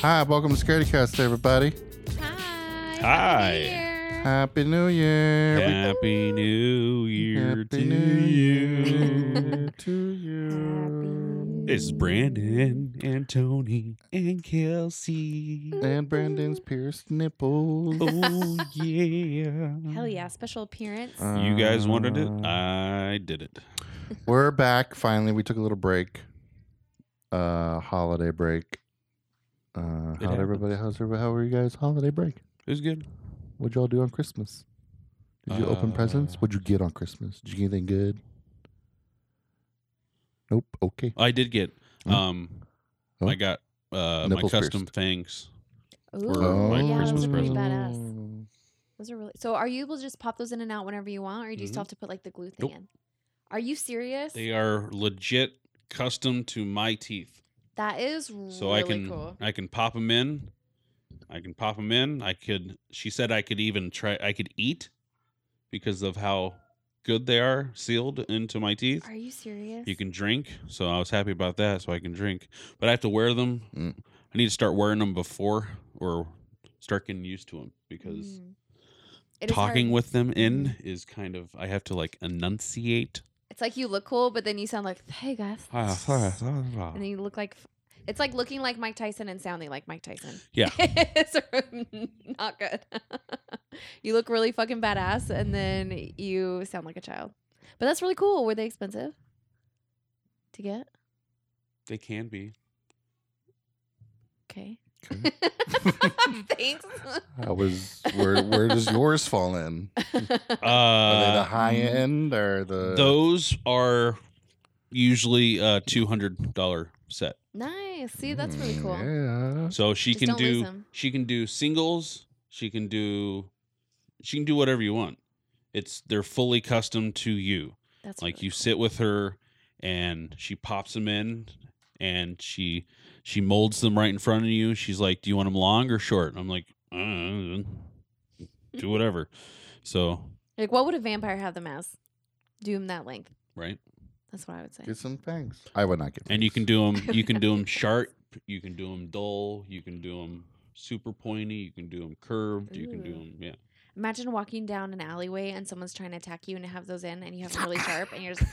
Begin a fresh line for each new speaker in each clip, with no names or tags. Hi, welcome to Scaredycast, everybody.
Hi.
Hi.
Happy New Year.
Happy New Year. Happy
Happy New Year to
New
you.
Year to you.
It's Brandon and Tony and Kelsey.
And Brandon's pierced nipples.
Oh yeah.
Hell yeah, special appearance.
You guys wanted it?
Uh,
I did it.
We're back finally. We took a little break, uh, holiday break. Uh,
It
how'd everybody? How's everybody? How were you guys? Holiday break.
It was good.
What'd y'all do on Christmas? Did you open presents?
Uh,
What'd you get on Christmas? Did you get anything good? Nope. Okay.
I did get
Hmm?
um
Oh.
I got uh
Nipples
my custom
pierced.
fangs.
Ooh.
Oh. my
yeah, those
Christmas
are pretty
present.
badass. Those are really. So, are you able to just pop those in and out whenever you want, or do you
Mhm.
still have to put like the glue thing
Nope.
in? Are you serious?
They are legit custom to my teeth.
that is
So
really
I can
cool.
I can pop them in. I can pop them in. I could. She said I could even try. I could eat because of how good they are sealed into my teeth.
Are you serious? Mm.
You can drink, so I was happy about that. So I can drink, but I have to wear them.
Mm.
I need to start wearing them before or start getting used to them because
Mm. It is hard. Mm-hmm.
talking with them in is kind of I have to like enunciate.
It's like you look cool, but then you sound like, hey guys. and then you look like. It's like looking like Mike Tyson and sounding like Mike Tyson.
Yeah.
it's not good. you look really fucking badass and then you sound like a child. But that's really cool. Were they expensive to get?
They can be.
Okay.
Okay.
Mm-hmm.
Thanks.
I was. Where Where does yours fall in? Are they the
Uh,
high end or the?
Those are usually a two hundred dollar set.
nice. See, that's really
Mm,
cool.
Yeah.
So she
Just
can
don't lose
do
'em.
she can do singles. She can do she can do whatever you want. It's they're fully custom to you.
That's
like
really
you
cool.
sit with her and she pops them in and she she molds them right in front of you. She's like, "Do you want them long or short?" And I'm like, uh, "Do whatever." so
Like, what would a vampire have them as? Do them that length.
right,
That's what I would say.
Get some fangs. I would not get.
and you
fangs.
can do them. You can do them sharp. You can do them dull. You can do them super pointy. You can do them curved. You can do
Ooh.
them yeah.
Imagine walking down an alleyway and someone's trying to attack you and have those in and you have them really sharp and you're just.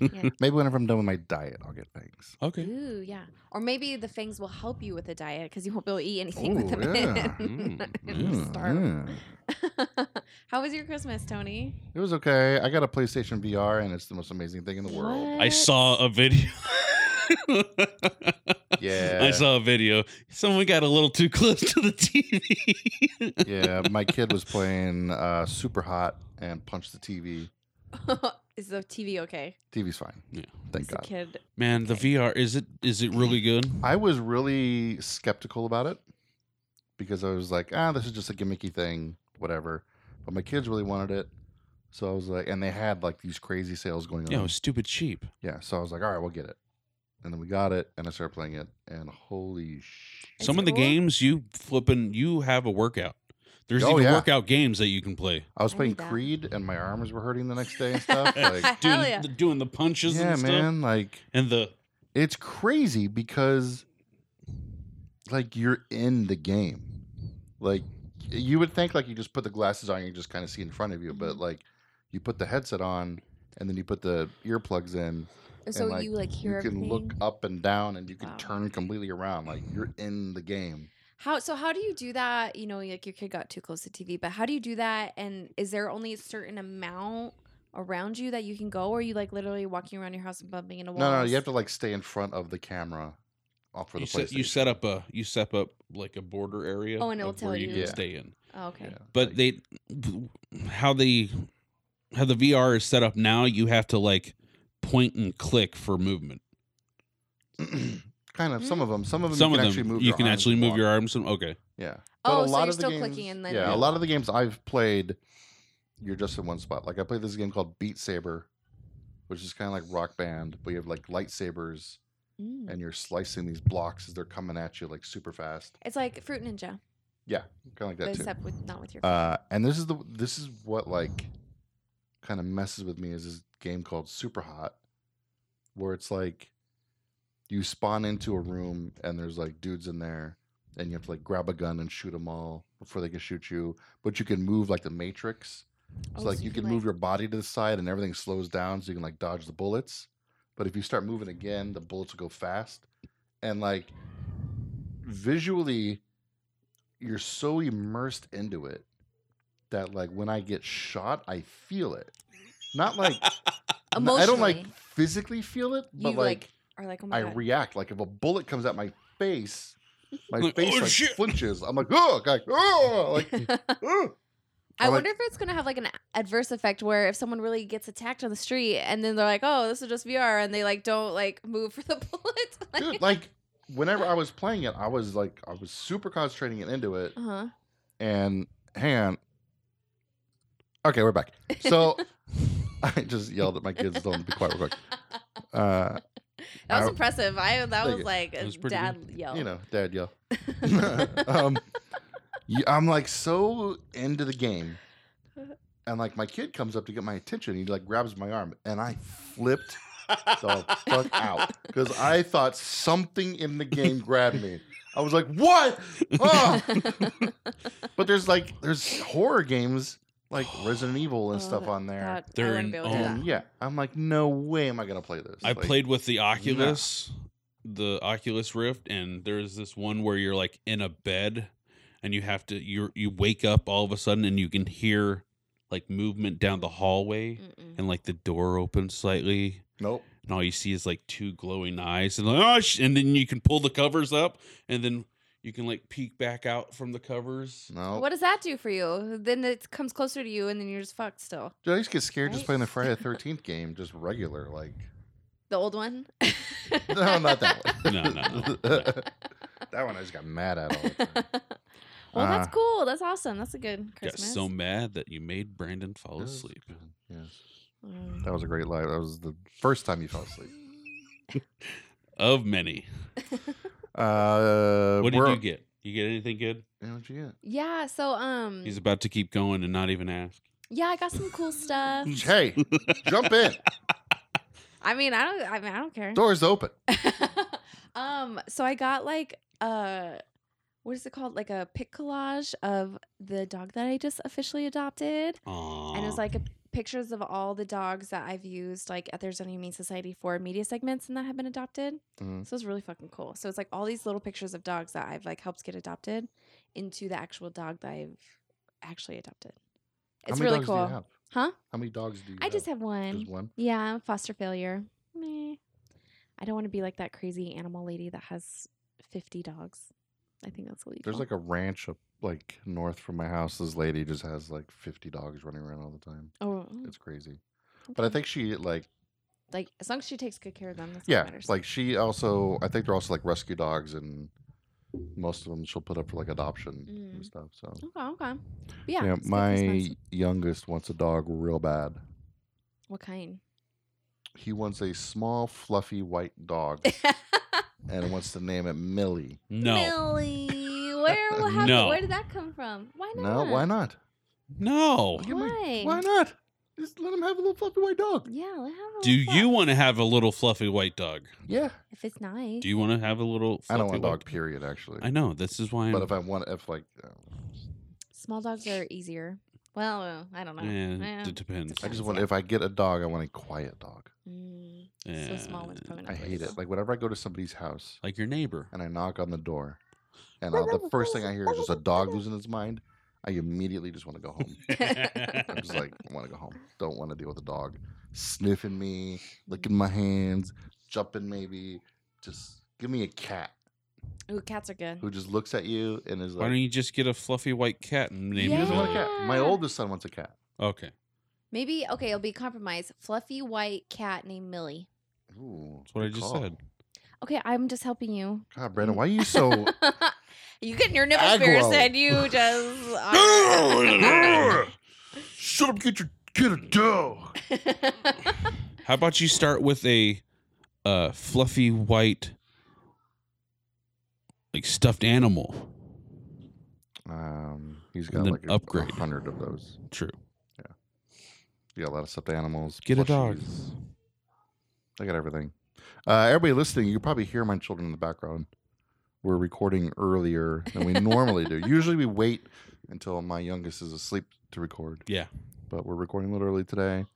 Yeah.
Maybe whenever I'm done with my diet, I'll get fangs.
Okay.
Ooh, yeah. Or maybe the fangs will help you with the diet because you won't be able to eat anything with
Ooh,
them
yeah.
in.
Mm,
It'll
Mm,
starve 'em.
yeah.
How was your Christmas, Tony?
It was okay. I got a PlayStation VR, and it's the most amazing thing in the world.
I
What?
saw a video.
Yeah.
I saw a video. Someone got a little too close to the TV.
yeah, my kid was playing uh, Super Hot and punched the TV.
Is the TV okay?
TV's fine.
Yeah.
Thank
Is the
God.
kid
Man, the
Okay.
VR is it is it really good?
I was really skeptical about it because I was like, ah, this is just a gimmicky thing, whatever. But my kids really wanted it. So I was like, and they had like these crazy sales going on.
yeah, it was stupid cheap.
Yeah, so I was like, all right, we'll get it. And then we got it, and I started playing it, and holy shit.
Is
Some
it
of the
cool?
games you flipping you have a workout. There's
Oh,
even
yeah.
workout games that you can play.
I was
I
playing
need that.
Creed, and my arms were hurting the next day and stuff. Like,
Hell
doing,
yeah.
the, doing the punches
yeah,
and stuff.
man, like
And the
it's crazy because, like, you're in the game. Like, you would think like you just put the glasses on, and you just kind of see in front of you, but
Mm-hmm.
like, you put the headset on, and then you put the earplugs in.
so
like,
you like
You
hear
can
everything.
look up and down, and you can
Wow.
turn completely around. Like, you're in the game.
How so? How do you do that? You know, like your kid got too close to TV, but how do you do that? And is there only a certain amount around you that you can go, or are you like literally walking around your house and bumping into walls?
No, no, you have to like stay in front of the camera. uh, For the
you set, you
PlayStation.
set up a you set up like a border area
Oh, and it'll
of where
tell
you,
you.
can
Yeah.
stay in.
Oh, okay.
Yeah, like-
but they how the how the VR is set up now, you have to like point and click for movement.
kind of
Mm.
some of them some of them
Some
you can
of
actually
them
move
you
your
can
arms
actually
and
move
walk.
your arms. and- Okay,
yeah
Oh, so you're still clicking and then
yeah,
yeah.
a lot of the games I've played, you're just in one spot. Like I played this game called Beat Saber, which is kind of like Rock Band, but you have like lightsabers
Mm.
and you're slicing these blocks as they're coming at you like super fast.
It's like Fruit Ninja,
Yeah, kind of like
but
that too.
except with not with your.
Uh, and this is the this is what like kind of messes with me is this game called Super Hot, where it's like you spawn into a room and there's like dudes in there, and you have to like grab a gun and shoot them all before they can shoot you. But you can move like the Matrix,
Oh,
so like you can move
like-
your body to the side and everything slows down, so you can like dodge the bullets. But if you start moving again, the bullets will go fast, and like visually, you're so immersed into it that like when I get shot, I feel it. Not like n- I don't like
Emotionally.
physically feel it, but
you
like,
are like oh
I
my god.
react. Like if a bullet comes at my face, my
Like,
face
"Oh,
like
shit."
flinches. I'm like oh, like oh, like oh.
I
Or, like-
wonder if it's gonna have like an adverse effect where if someone really gets attacked on the street and then they're like, oh, this is just VR, and they like don't like move for the bullet.
dude like whenever i was playing it i was like i was super concentrating it into it
uh huh.
and hang on okay we're back so i just yelled at my kids don't be quiet real quick uh
That was
I-
impressive. I that
Thank
was
you.
like a
was pretty
dad
good.
yell.
you know dad yell um y- i'm like so into the game and like my kid comes up to get my attention he like grabs my arm and i flipped the fuck out because i thought something in the game grabbed me i was like what oh But there's like there's horror games like Resident Evil and
Oh,
stuff
that-
on there.
That- I
They're
wouldn't
in
be able to do
And
that.
yeah, I'm like, no way am I gonna play this.
Oh. I
Like,
played with the Oculus, the Oculus Rift, and there's this one where you're like in a bed, and you have to you you wake up all of a sudden, and you can hear like movement down the
Oh.
hallway,
Mm-mm.
and like the door opens slightly,
Nope.
and all you see is like two glowing eyes, and like, oh, sh-, and then you can pull the covers up, and then you can like peek back out from the covers.
No.
What does that do for you? Then it comes closer to you, and then you're just fucked still.
Dude, I used to get scared just
Right?
playing the Friday the thirteenth game, just regular, like
The old one.
No, not that one.
No, no, no, no.
that one I just got mad at all the time.
well, that's
Uh,
cool. That's awesome. That's a good
Got
Christmas.
so mad that you made Brandon fall
It was
asleep.
good, Yes.
Mm.
That was a great life. That was the first time you fell asleep.
Of many,
Uh
what did
we're-
you get? You get anything good?
Yeah, What'd you
Yeah. So um.
He's about to keep going and not even ask.
Yeah, I got some cool stuff.
get? Hey, jump in.
I mean, I don't. I mean, I don't care.
Door's open.
um. So I got like uh, what is it called? Like a pic collage of the dog that I just officially adopted.
Aww.
and it's like a, pictures of all the dogs that I've used like at There's Only Humane Society for media segments and that have been adopted.
Mhm.
So it's really fucking cool. So it's like all these little pictures of dogs that I've like helped get adopted into the actual dog that I've actually adopted.
How
It's
many
really
dogs do
cool.
you have?
Huh?
How many dogs do you
I just have one.
Just one.
Yeah, I'm a foster failure. Meh. I don't want to be like that crazy animal lady that has 50 dogs. I think that's illegal.
There's like a ranch up like north from my house. This lady just has like 50 dogs running around all the time.
oh, oh,
It's crazy. But I
okay.
think she like
like as long as she takes good care of them. That's all that
yeah,
matters.
like she also I think they're also like rescue dogs and most of them she'll put up for like adoption
Mm.
and stuff. So
okay, okay. But yeah, it's good
my
Christmas.
youngest wants a dog real bad.
what kind?
He wants a small, fluffy white dog and wants to name it Millie.
no,
Millie, where what happened?
No.
Where did that come from? Why
No,
not?
why not?
no.
Give him a-
Why?
Why not? Just let him have a little fluffy white dog.
Yeah, let have a
Do
little
you
fuck.
want to have a little fluffy white dog?
Yeah.
If it's nice.
Do you want to have a little?
I don't
fluffy
want a dog,
white-
period, actually.
I know. This is why. I'm,
But if I want, if like, uh,
Small dogs are easier. Well, uh, I don't know.
yeah,
Eh,
it depends.
I
Depends,
just want,
yeah.
if I get a dog, I want a quiet dog.
mm,
Eh,
so small one's probably not
I
very
hate
good.
it. Like, whenever I go to somebody's house
like your neighbor.
and I knock on the door, and I'll, the first thing I hear is just a dog losing its mind, I immediately just want to go home. I'm just like, I want to go home. Don't want to deal with a dog sniffing me, licking my hands, jumping maybe. Just give me a cat
Ooh, cats are good.
who just looks at you and is
why don't
like,
you just get a fluffy white cat and name
he
it?
doesn't want a
Millie?
cat. My
Yeah.
oldest son wants a cat.
Okay,
Maybe okay, it'll be compromised. Fluffy white cat named Millie.
Ooh,
that's what I
good
just
call.
said.
Okay, I'm just helping you.
God, Brandon, why are you so
you getting your nipples pierced
Aggro.
and you just.
Shut up, get your get a dog.
How about you start with a uh, fluffy white, like stuffed animal.
Um, he's
And
got
then
like a-
upgrade.
a hundred of those.
True.
Yeah, a lot of stuffed animals.
Get a dog.
plushies. I got everything. Uh, everybody listening, you probably hear my children in the background. We're recording earlier than we normally do. Usually we wait until my youngest is asleep to record,
Yeah.
but we're recording a little early today.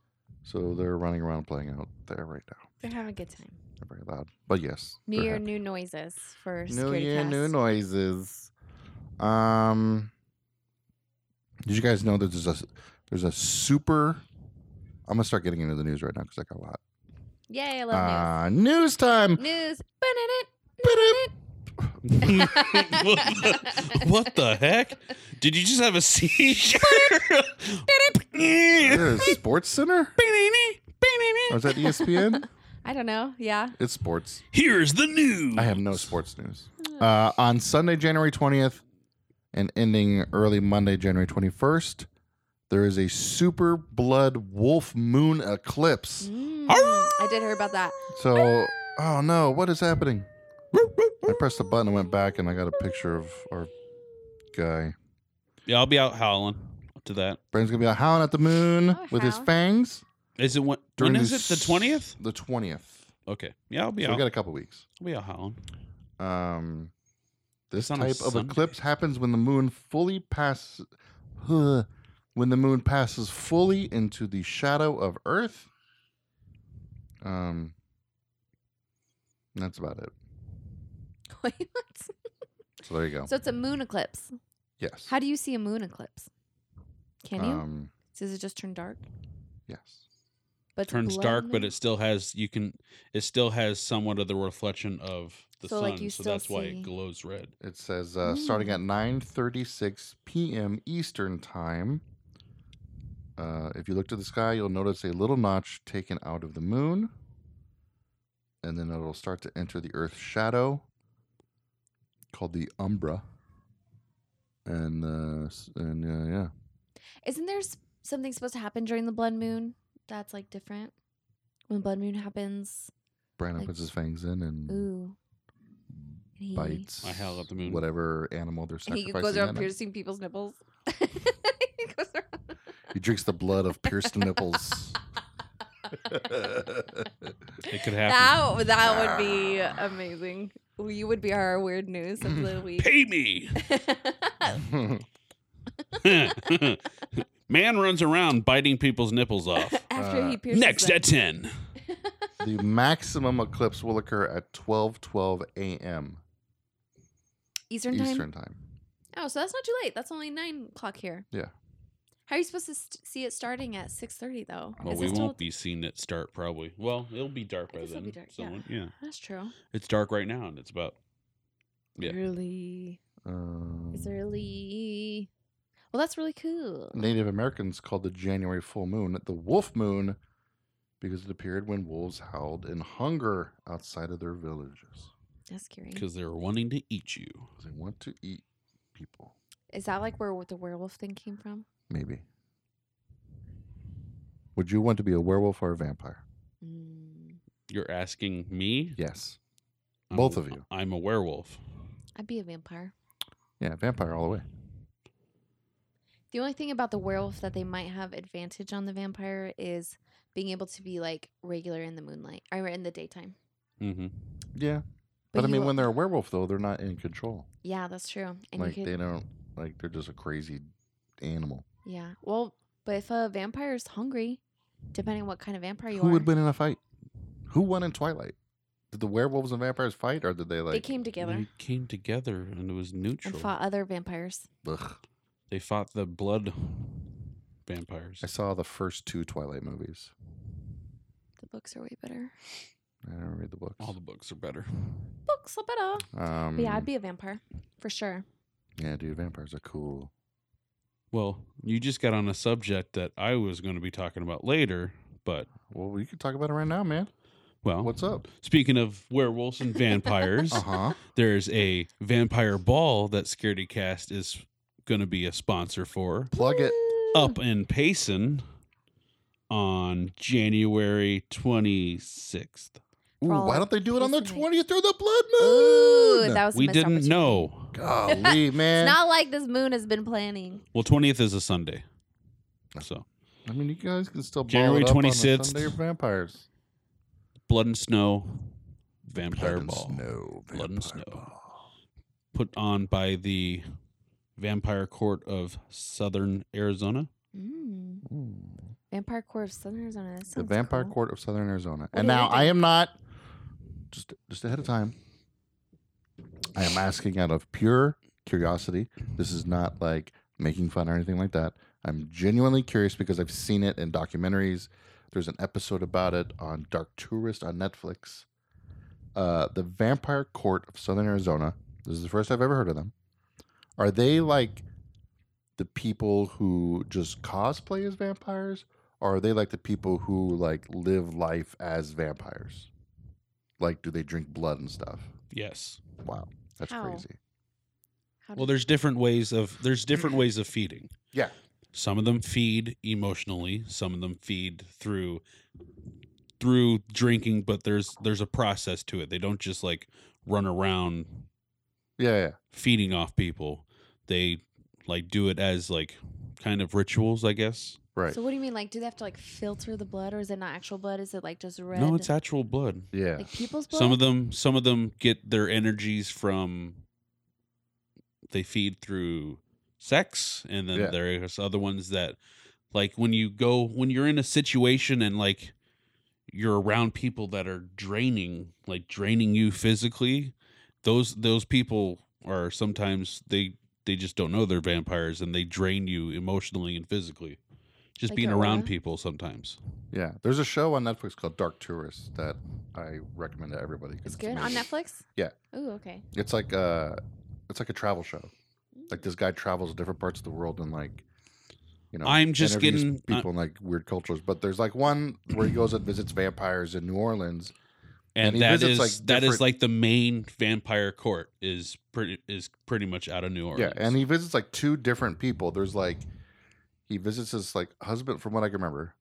So they're running around playing out there right now.
They're having a good time.
They're very loud. But yes.
New
they're
year,
happy.
new noises for
New
security
year,
cast.
new noises. Um, did you guys know that there's a there's a super? I'm gonna start getting into the news right now because I got a lot.
Yay, I love
Uh, news time.
news. News.
what the heck? Did you just have a seizure?
Is it a sports center? Or is that E ESPN?
I don't know. Yeah.
It's sports.
Here's the news.
I have no sports news. Uh, on Sunday, January 20th, and ending early Monday, January 21st, there is a super blood wolf moon eclipse.
Mm, I did hear about that.
So, oh no, what is happening? I pressed the button and went back, and I got a picture of our guy.
Yeah, I'll be out howling to that.
Brandon's gonna be out howling at the moon
Oh,
with his
howl.
fangs.
Is it when, when is it?
this-
The twentieth?
The twentieth.
Okay. Yeah, I'll be
So we
out.
got a couple weeks.
I'll be out howling.
Um, this
It's on a
type of
Sunday.
eclipse happens when the moon fully passes, when the moon passes fully into the shadow of Earth. Um, that's about it.
Wait, what?
So there you go.
So it's a moon eclipse.
yes.
How do you see a moon eclipse? Can you?
Um,
Does it just turn dark?
yes.
But it's
Turns
blood
dark, but
moon?
it still has you can. It still has somewhat of the reflection of the
So,
sun,
like, you
so
still
that's why
see-
it glows red.
It says uh, starting at 9:36 p.m. Eastern time. Uh, if you look to the sky, you'll notice a little notch taken out of the moon, and then it'll start to enter the Earth's shadow, called the umbra. And uh, s- and uh, yeah,
Isn't there s- something supposed to happen during the blood moon that's like different? When blood moon happens,
Brandon
Like-
puts his fangs in and
ooh. And he-
bites.
I howl at the moon.
Whatever animal they're
He
sacrificing.
goes around
that night.
piercing people's nipples. He goes around-
He drinks the blood of pierced nipples.
It could happen.
that, w- that would be amazing. You would be our weird news of the week.
Pay me. Man runs around biting people's nipples off.
After
Uh,
he pierces
Next
them.
at ten.
the maximum eclipse will occur at 12 12 a.m
Eastern time.
eastern time
Oh, so that's not too late. That's only nine o'clock here.
Yeah.
How are you supposed to st- see it starting at six thirty though?
Well,
Is
we
it
won't
still-
be seeing it start probably. Well, it'll be dark
I
by
guess it'll
then.
be dark, yeah.
Somewhat, yeah.
That's true.
It's dark right now, and it's about Yeah.
Really,
um,
it's really. Well, that's really cool.
native americans called the january full moon the wolf moon because it appeared when wolves howled in hunger outside of their villages
That's scary.
because they're wanting to eat you.
'Cause they want to eat people
Is that like where w- the werewolf thing came from?
maybe would you want to be a werewolf or a vampire
Mm,
You're asking me.
yes
I'm
Both
a-
of you.
I'm a werewolf.
I'd be a vampire.
yeah vampire all the way
The only thing about the werewolf that they might have advantage on the vampire is being able to be like regular in the moonlight or in the daytime.
Mm-hmm.
yeah but, i
he
mean
won't-
when they're a werewolf though they're not in control
yeah, that's true. And
like
you could,
they don't like they're just a crazy animal
Yeah. Well, but if a vampire is hungry, depending on what kind of vampire you
Who
are,
would win in a fight? Who won in Twilight? Did the werewolves and vampires fight, or did they like?
they came together
They came together, and it was neutral.
and fought other vampires.
Ugh.
They fought the blood vampires.
I saw the first two Twilight movies.
The books are way better.
I don't read the books.
All the books are better.
Books are better.
um,
But yeah, I'd be a vampire for sure.
yeah, dude, vampires are cool.
Well, you just got on a subject that I was going to be talking about later, but
Well, we could talk about it right now, man.
well,
What's up?
speaking of werewolves and vampires,
Uh huh.
there's a vampire ball that Scaredy Cast is going to be a sponsor for
Plug it.
up in Payson on January 26th.
Ooh,
all
why don't they do it on the
listening.
20th or the blood
Ooh,
moon?
that was a
we
missed
didn't
opportunity.
know.
Golly, man.
It's not like this moon has been planning.
Well, 20th is a Sunday. So,
I mean, you guys can still ball
January
it up on a
26th.
Sunday, you're vampires.
blood and snow, vampire
Blood
ball.
and snow.
Blood and
vampire
snow.
ball.
Put on by the Vampire Court of Southern Arizona.
Mm.
Mm.
Vampire Court of Southern Arizona. That
The
sounds
Vampire
cool.
Court of Southern Arizona.
do
and now
they
I am not just just ahead of time. I am asking out of pure curiosity. This is not like making fun or anything like that. I'm genuinely curious because I've seen it in documentaries. There's an episode about it on Dark Tourist on Netflix. Uh, the Vampire Court of Southern Arizona. This is the first I've ever heard of them. Are they like the people who just cosplay as vampires? or are they like the people who like live life as vampires? Like, do they drink blood and stuff?
Yes.
Wow, that's
How?
crazy.
How
Well,
did-
there's different ways of there's different ways of feeding.
Yeah.
Some of them feed emotionally, some of them feed through through drinking, but there's there's a process to it. They don't just like run around
Yeah, yeah.
feeding off people. They like do it as like kind of rituals, I guess.
right.
So what do you mean? Like, do they have to like filter the blood, or is it not actual blood? Is it like just red?
No, it's actual blood.
yeah,
like people's blood.
Some of them some of them get their energies from they feed through sex and then
Yeah.
there's other ones that like when you go when you're in a situation and like you're around people that are draining like draining you physically those those people are sometimes they they just don't know they're vampires and they drain you emotionally and physically just
Like
being
your
around
aura?
people sometimes
yeah. There's a show on Netflix called Dark Tourist that I recommend to everybody. 'cause
It's good on
amazing.
Netflix.
Yeah.
Ooh, okay.
It's like a, it's like a travel show. Like
Mm.
this guy travels to different parts of the world and like, you know,
I'm just
interviews
getting- uh I-
people in like weird cultures. But there's like one where he goes and visits vampires in New Orleans. And
and
he
that
visits,
is
like,
that is
different-
like the main vampire court is pretty is pretty much out of New Orleans.
Yeah, and he visits like two different people. There's like he visits his like husband from what I can remember.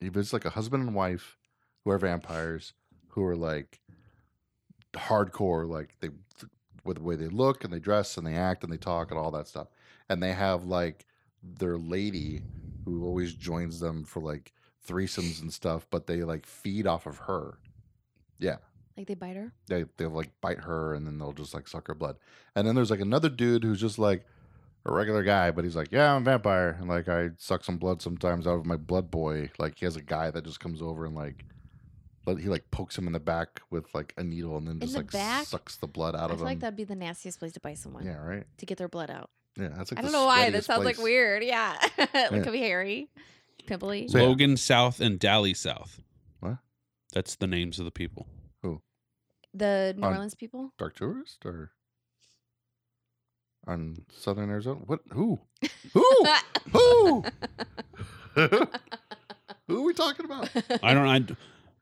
He visits like a husband and wife who are vampires who are like hardcore like they with the way they look and they dress and they act and they talk and all that stuff. And they have like their lady who always joins them for like threesomes and stuff, but they like feed off of her.
Like they bite her.
They they'll like bite her and then they'll just like suck her blood. And then there's like another dude who's just like a regular guy, but he's like, yeah, I'm a vampire, and like I suck some blood sometimes out of my blood boy. Like he has a guy that just comes over and like, but he like pokes him in the back with like a needle, and then just
the
like
back?
sucks the blood out
I
of
feel
him.
like that'd be the nastiest place to bite someone.
yeah, right.
To get their blood out.
Yeah, that's like.
I
the
don't know why.
sweatiest
That sounds
place.
like weird. Yeah. like
Yeah.
could be hairy, pimply.
So- yeah.
Logan South and Dally South.
What?
That's the names of the people.
the New
on-
Orleans people.
Dark tourist or on southern Arizona. What? Who? Who? Who? Who are we talking about?
I don't. I,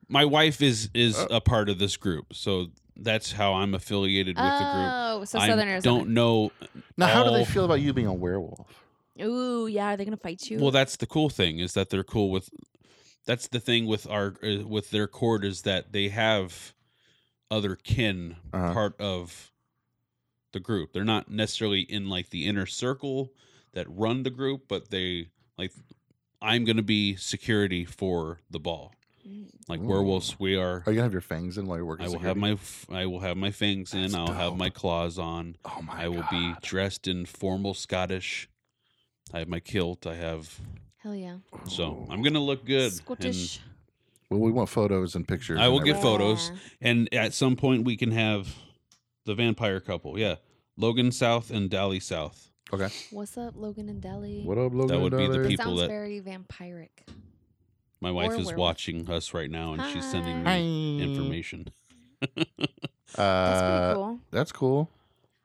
my wife is is
Oh.
a part of this group, so that's how I'm affiliated with the group.
Oh, so
I
Southern Arizona.
don't know.
Now, how do they
All-
feel about you being a werewolf?
Ooh, yeah. Are they gonna fight you?
Well, that's the cool thing is that they're cool with. That's the thing with our uh, with their court is that they have other kin
Uh-huh.
part of the group. They're not necessarily in like the inner circle that run the group, but they like I'm going to be security for the ball.
Mm.
Like
Ooh.
werewolves, we are.
Are you gonna have your fangs in while you're working?
I will have
security?
my f- I will have my fangs in.
That's
I'll have my
dope.
claws on.
Oh my!
I will be
God.
dressed in formal Scottish. I have my kilt. I have
Hell yeah.
so I'm gonna look good. and-
Scottish.
Well, we want photos and pictures.
I
and
will get
everything.
photo- photos. And, at some point, we can have the vampire couple. Yeah, Logan South and Dally South.
Okay.
What's up, Logan and Deli?
What up, Logan?
would be the
Dolly?
people
sounds
that-
very vampiric.
My wife
Or
is
werewolf.
watching us right now, and she's sending me
Hi.
information.
That's
Uh,
pretty cool.
That's cool.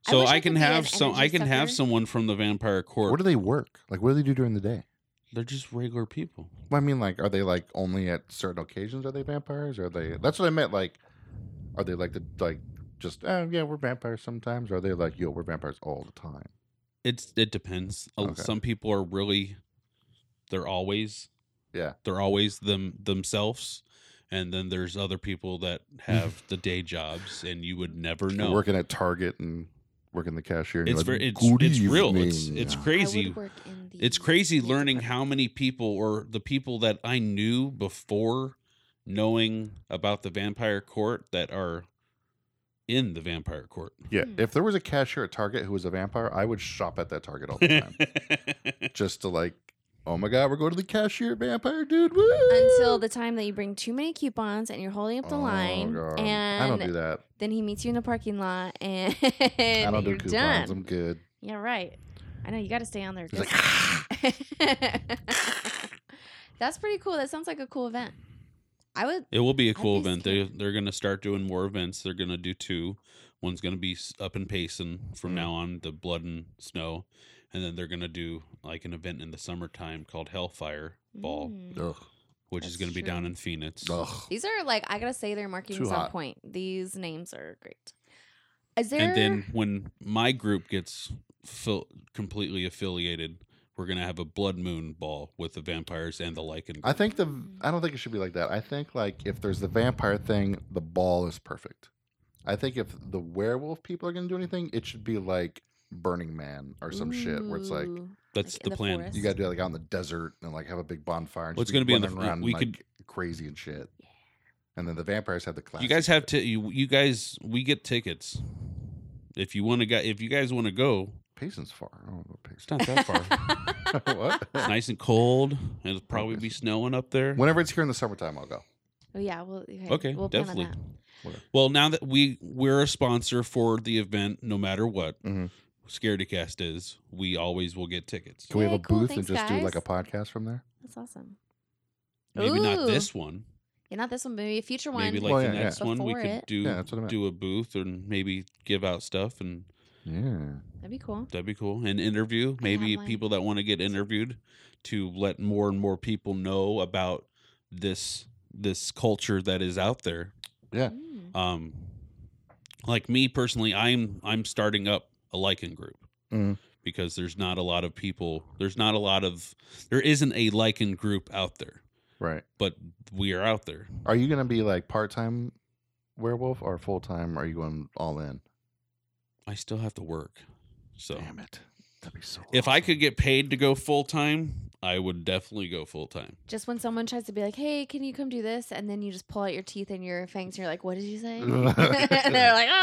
I
So
wish
I,
I
can
could be an
have some. I
energy
can
sucker.
have someone from the vampire court.
Where do they work? Like, what do they do during the day?
They're just regular people.
Well, I mean, like, are they like only at certain occasions are they vampires? Or are they? That's what I meant. Like, are they like the like just? Oh yeah, we're vampires sometimes. Or are they like, yo, we're vampires all the time?
It's it depends. A-
Okay.
Some people are really. They're always.
Yeah.
They're always them themselves, and then there's other people that have the day jobs, and you would never know.
Working at Target and working the cashier. and you're
it's
like,
very, it's,
"Good
it's real. It's
evening."
it's
I would
crazy.
work in the
It's crazy
meat
learning
department.
how many people or the people that I knew before knowing about the vampire court that are in the vampire court.
Yeah,
Hmm.
if there was a cashier at Target who was a vampire, I would shop at that Target all the time just to like, oh my god, we're going to the cashier vampire, dude. Woo!
until the time that you bring too many coupons and you're holding up the
Oh,
line,
God. I
and
don't do that.
then he meets you in the parking lot, and
I don't do
you're
coupons.
done.
I'm good.
Yeah, right. I know you got to stay on there.
He's like, "Ah!"
'cause- That's pretty cool. That sounds like a cool event. I would.
It will be a cool
be
event. They
scared.
they're gonna start doing more events. They're gonna do two. One's gonna be s- up in Payson from
Mm.
now on, the blood and snow, and then they're gonna do like an event in the summertime called Hellfire Ball,
Mm.
ugh,
which is
That's
gonna be down
true.
in Phoenix.
ugh.
These are like I gotta say their marketing's
Too
on
hot.
point. These names are great. Is there?
And then when my group gets fill completely affiliated, we're gonna have a blood moon ball with the vampires and the lichen.
I think the I don't think it should be like that. I think like if there's the vampire thing, the ball is perfect. I think if the werewolf people are gonna do anything, it should be like Burning Man or some shit where it's like
Ooh.
That's
like in
the
the
plan.
forest.
you gotta do it like out in the desert and like have a big bonfire. And
Well,
just
it's gonna be in the
running
fr-
around
we
like
could-
crazy and shit. And then the vampires have the class.
You guys have to. You, you guys, we get tickets. If you want to go, if you guys want to go,
Payson's far. I don't know about
it's
Payson.
not that far.
What?
It's nice and cold. and It'll probably be snowing up there.
Whenever it's here in the summertime, I'll go.
oh yeah. Well. Okay.
Okay,
we'll plan on
definitely.
that.
Well, now that we we're a sponsor for the event, no matter what
Mhm.
Scaredycast is, we always will get tickets.
Can we have
Yay,
a
cool.
booth
Thanks,
and just do like
guys.
a podcast from there?
That's awesome.
Maybe not
Ooh.
this one.
Yeah, not this one. Maybe a future one.
Maybe like
Well,
the
yeah, yeah.
next one, we
Before
could
it.
do
Yeah, that's what I meant.
do a booth and maybe give out stuff, and
Yeah.
That'd be cool.
that'd be cool. And interview maybe
one.
people that want to get interviewed to let more and more people know about this this culture that is out there.
Yeah.
Mm.
um like me personally i'm i'm starting up a lichen group
Mhm.
because there's not a lot of people there's not a lot of there isn't a lichen group out there
Right.
but we are out there
Are you gonna be like part time werewolf or full time? Are you going all in?
i still have to work so
Damn it. That'd be so
if i could get paid to go full time i would definitely go full time
Just when someone tries to be like, "Hey, can you come do this?" and then you just pull out your teeth and your fangs, and you're like, "What did you say?" and they're like, "Oh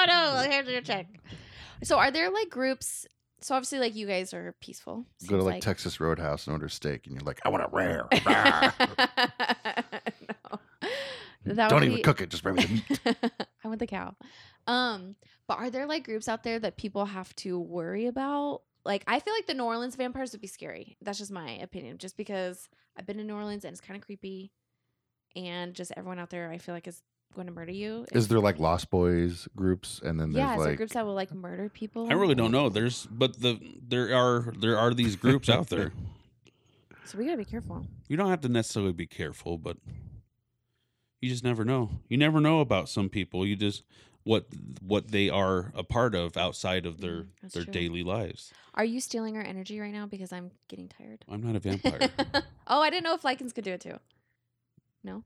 no, well, here's your check." So, are there like groups? So obviously, like you guys are peaceful.
go to
seems
like, Texas Roadhouse and order steak and you're like, I want a rare.
no. That
Don't
would
even
be-
cook it, just bring me the meat.
I want the cow. Um, but are there like groups out there that people have to worry about? Like, I feel like the New Orleans vampires would be scary. That's just my opinion, just because I've been in New Orleans and it's kind of creepy, and just everyone out there, I feel like is going to murder you.
Is
if-
there like Lost Boys groups and then there's
yeah, is there
like
groups that will like murder people?
i really don't know there's but the there are there are these groups out there
So we gotta be careful.
you don't have to necessarily be careful, but you just never know. You never know about some people. You just what what they are a part of outside of their
Mm, that's
their
true.
daily lives.
Are you stealing our energy right now? Because I'm getting tired.
I'm not a vampire.
oh, I didn't know if lichens could do it too.
no.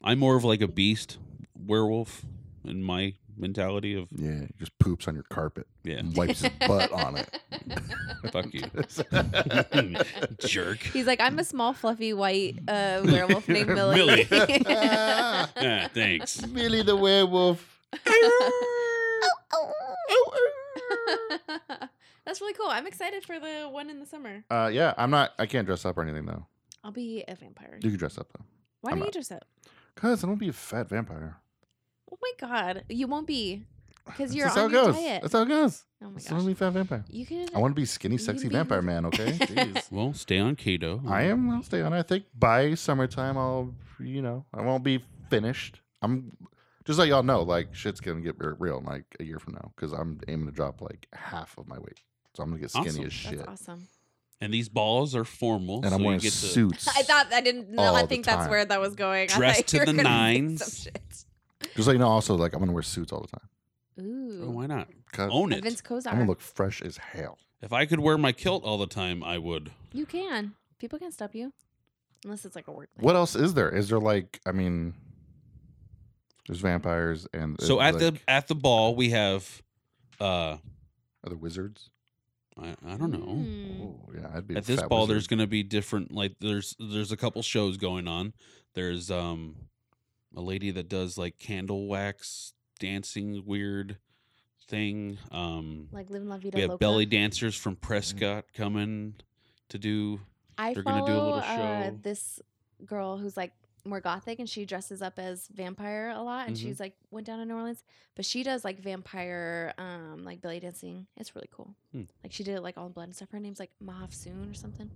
I'm more of like a beast werewolf in my mentality of
Yeah, he just poops on your carpet
yeah,
and wipes his butt on it.
Mm.
fuck you. Jerk.
He's like, I'm a small, fluffy, white uh, werewolf named Millie.
Millie. Ah, thanks.
Millie the werewolf.
That's really cool. I'm excited for the one in the summer.
Uh, yeah, I'm not. I can't dress up or anything though.
I'll be a vampire.
You can dress up though,
Why
I'm
do you
not.
dress up?
cause I don't be a fat vampire.
Oh my god, you won't be because
That's
you're
just
on
how
your
it goes.
diet.
That's how it goes.
oh my
Just don't
gosh,
be a fat vampire.
you can.
I want to be skinny,
You can
sexy
be-
vampire man. Okay. Jeez.
Well, stay on keto.
I am. I'll stay on. I think by summertime, I'll. You know, I won't be finished. I'm. Just let y'all know, like shit's gonna get re- real in like a year from now, cause I'm aiming to drop like half of my weight, so I'm gonna get skinny
Awesome.
as
That's
shit,
That's awesome.
And these balls are formal,
and
so
I'm
you
wearing
get to
suits.
I thought I didn't. No,
All
I
the
think that's
time.
where that was going. I thought
Dressed to
you were
the
gonna say
nines.
some shit.
Just so you know, also like I'm gonna wear suits all the time.
Ooh,
Oh, why not?
Cause
Own
A
it.
Vince Kozar.
I'm gonna look fresh as hell.
If I could wear my kilt all the time, I would.
You can. People can stop you. Unless it's like a work. thing.
What else is there? Is there like I mean, there's vampires and
So
uh,
at the
like,
at the ball we have, uh,
are there wizards?
I, I don't know.
Mm.
Oh yeah, I'd be a
At this
fat
ball,
wizard.
there's going to be different. Like there's there's a couple shows going on. There's um a lady that does like candle wax dancing weird thing. Um,
Like live in La Vida
we have
Loca.
belly dancers from
Mm.
Prescott coming to do.
I
They're
follow
gonna do a little
Uh,
show.
this girl who's like more gothic and she dresses up as vampire a lot and
Mhm.
she's like went down to New Orleans, but she does like vampire um like belly dancing. It's really cool.
Hmm.
Like she did it like all in blood and stuff. Her name's like Mahav Soon or something.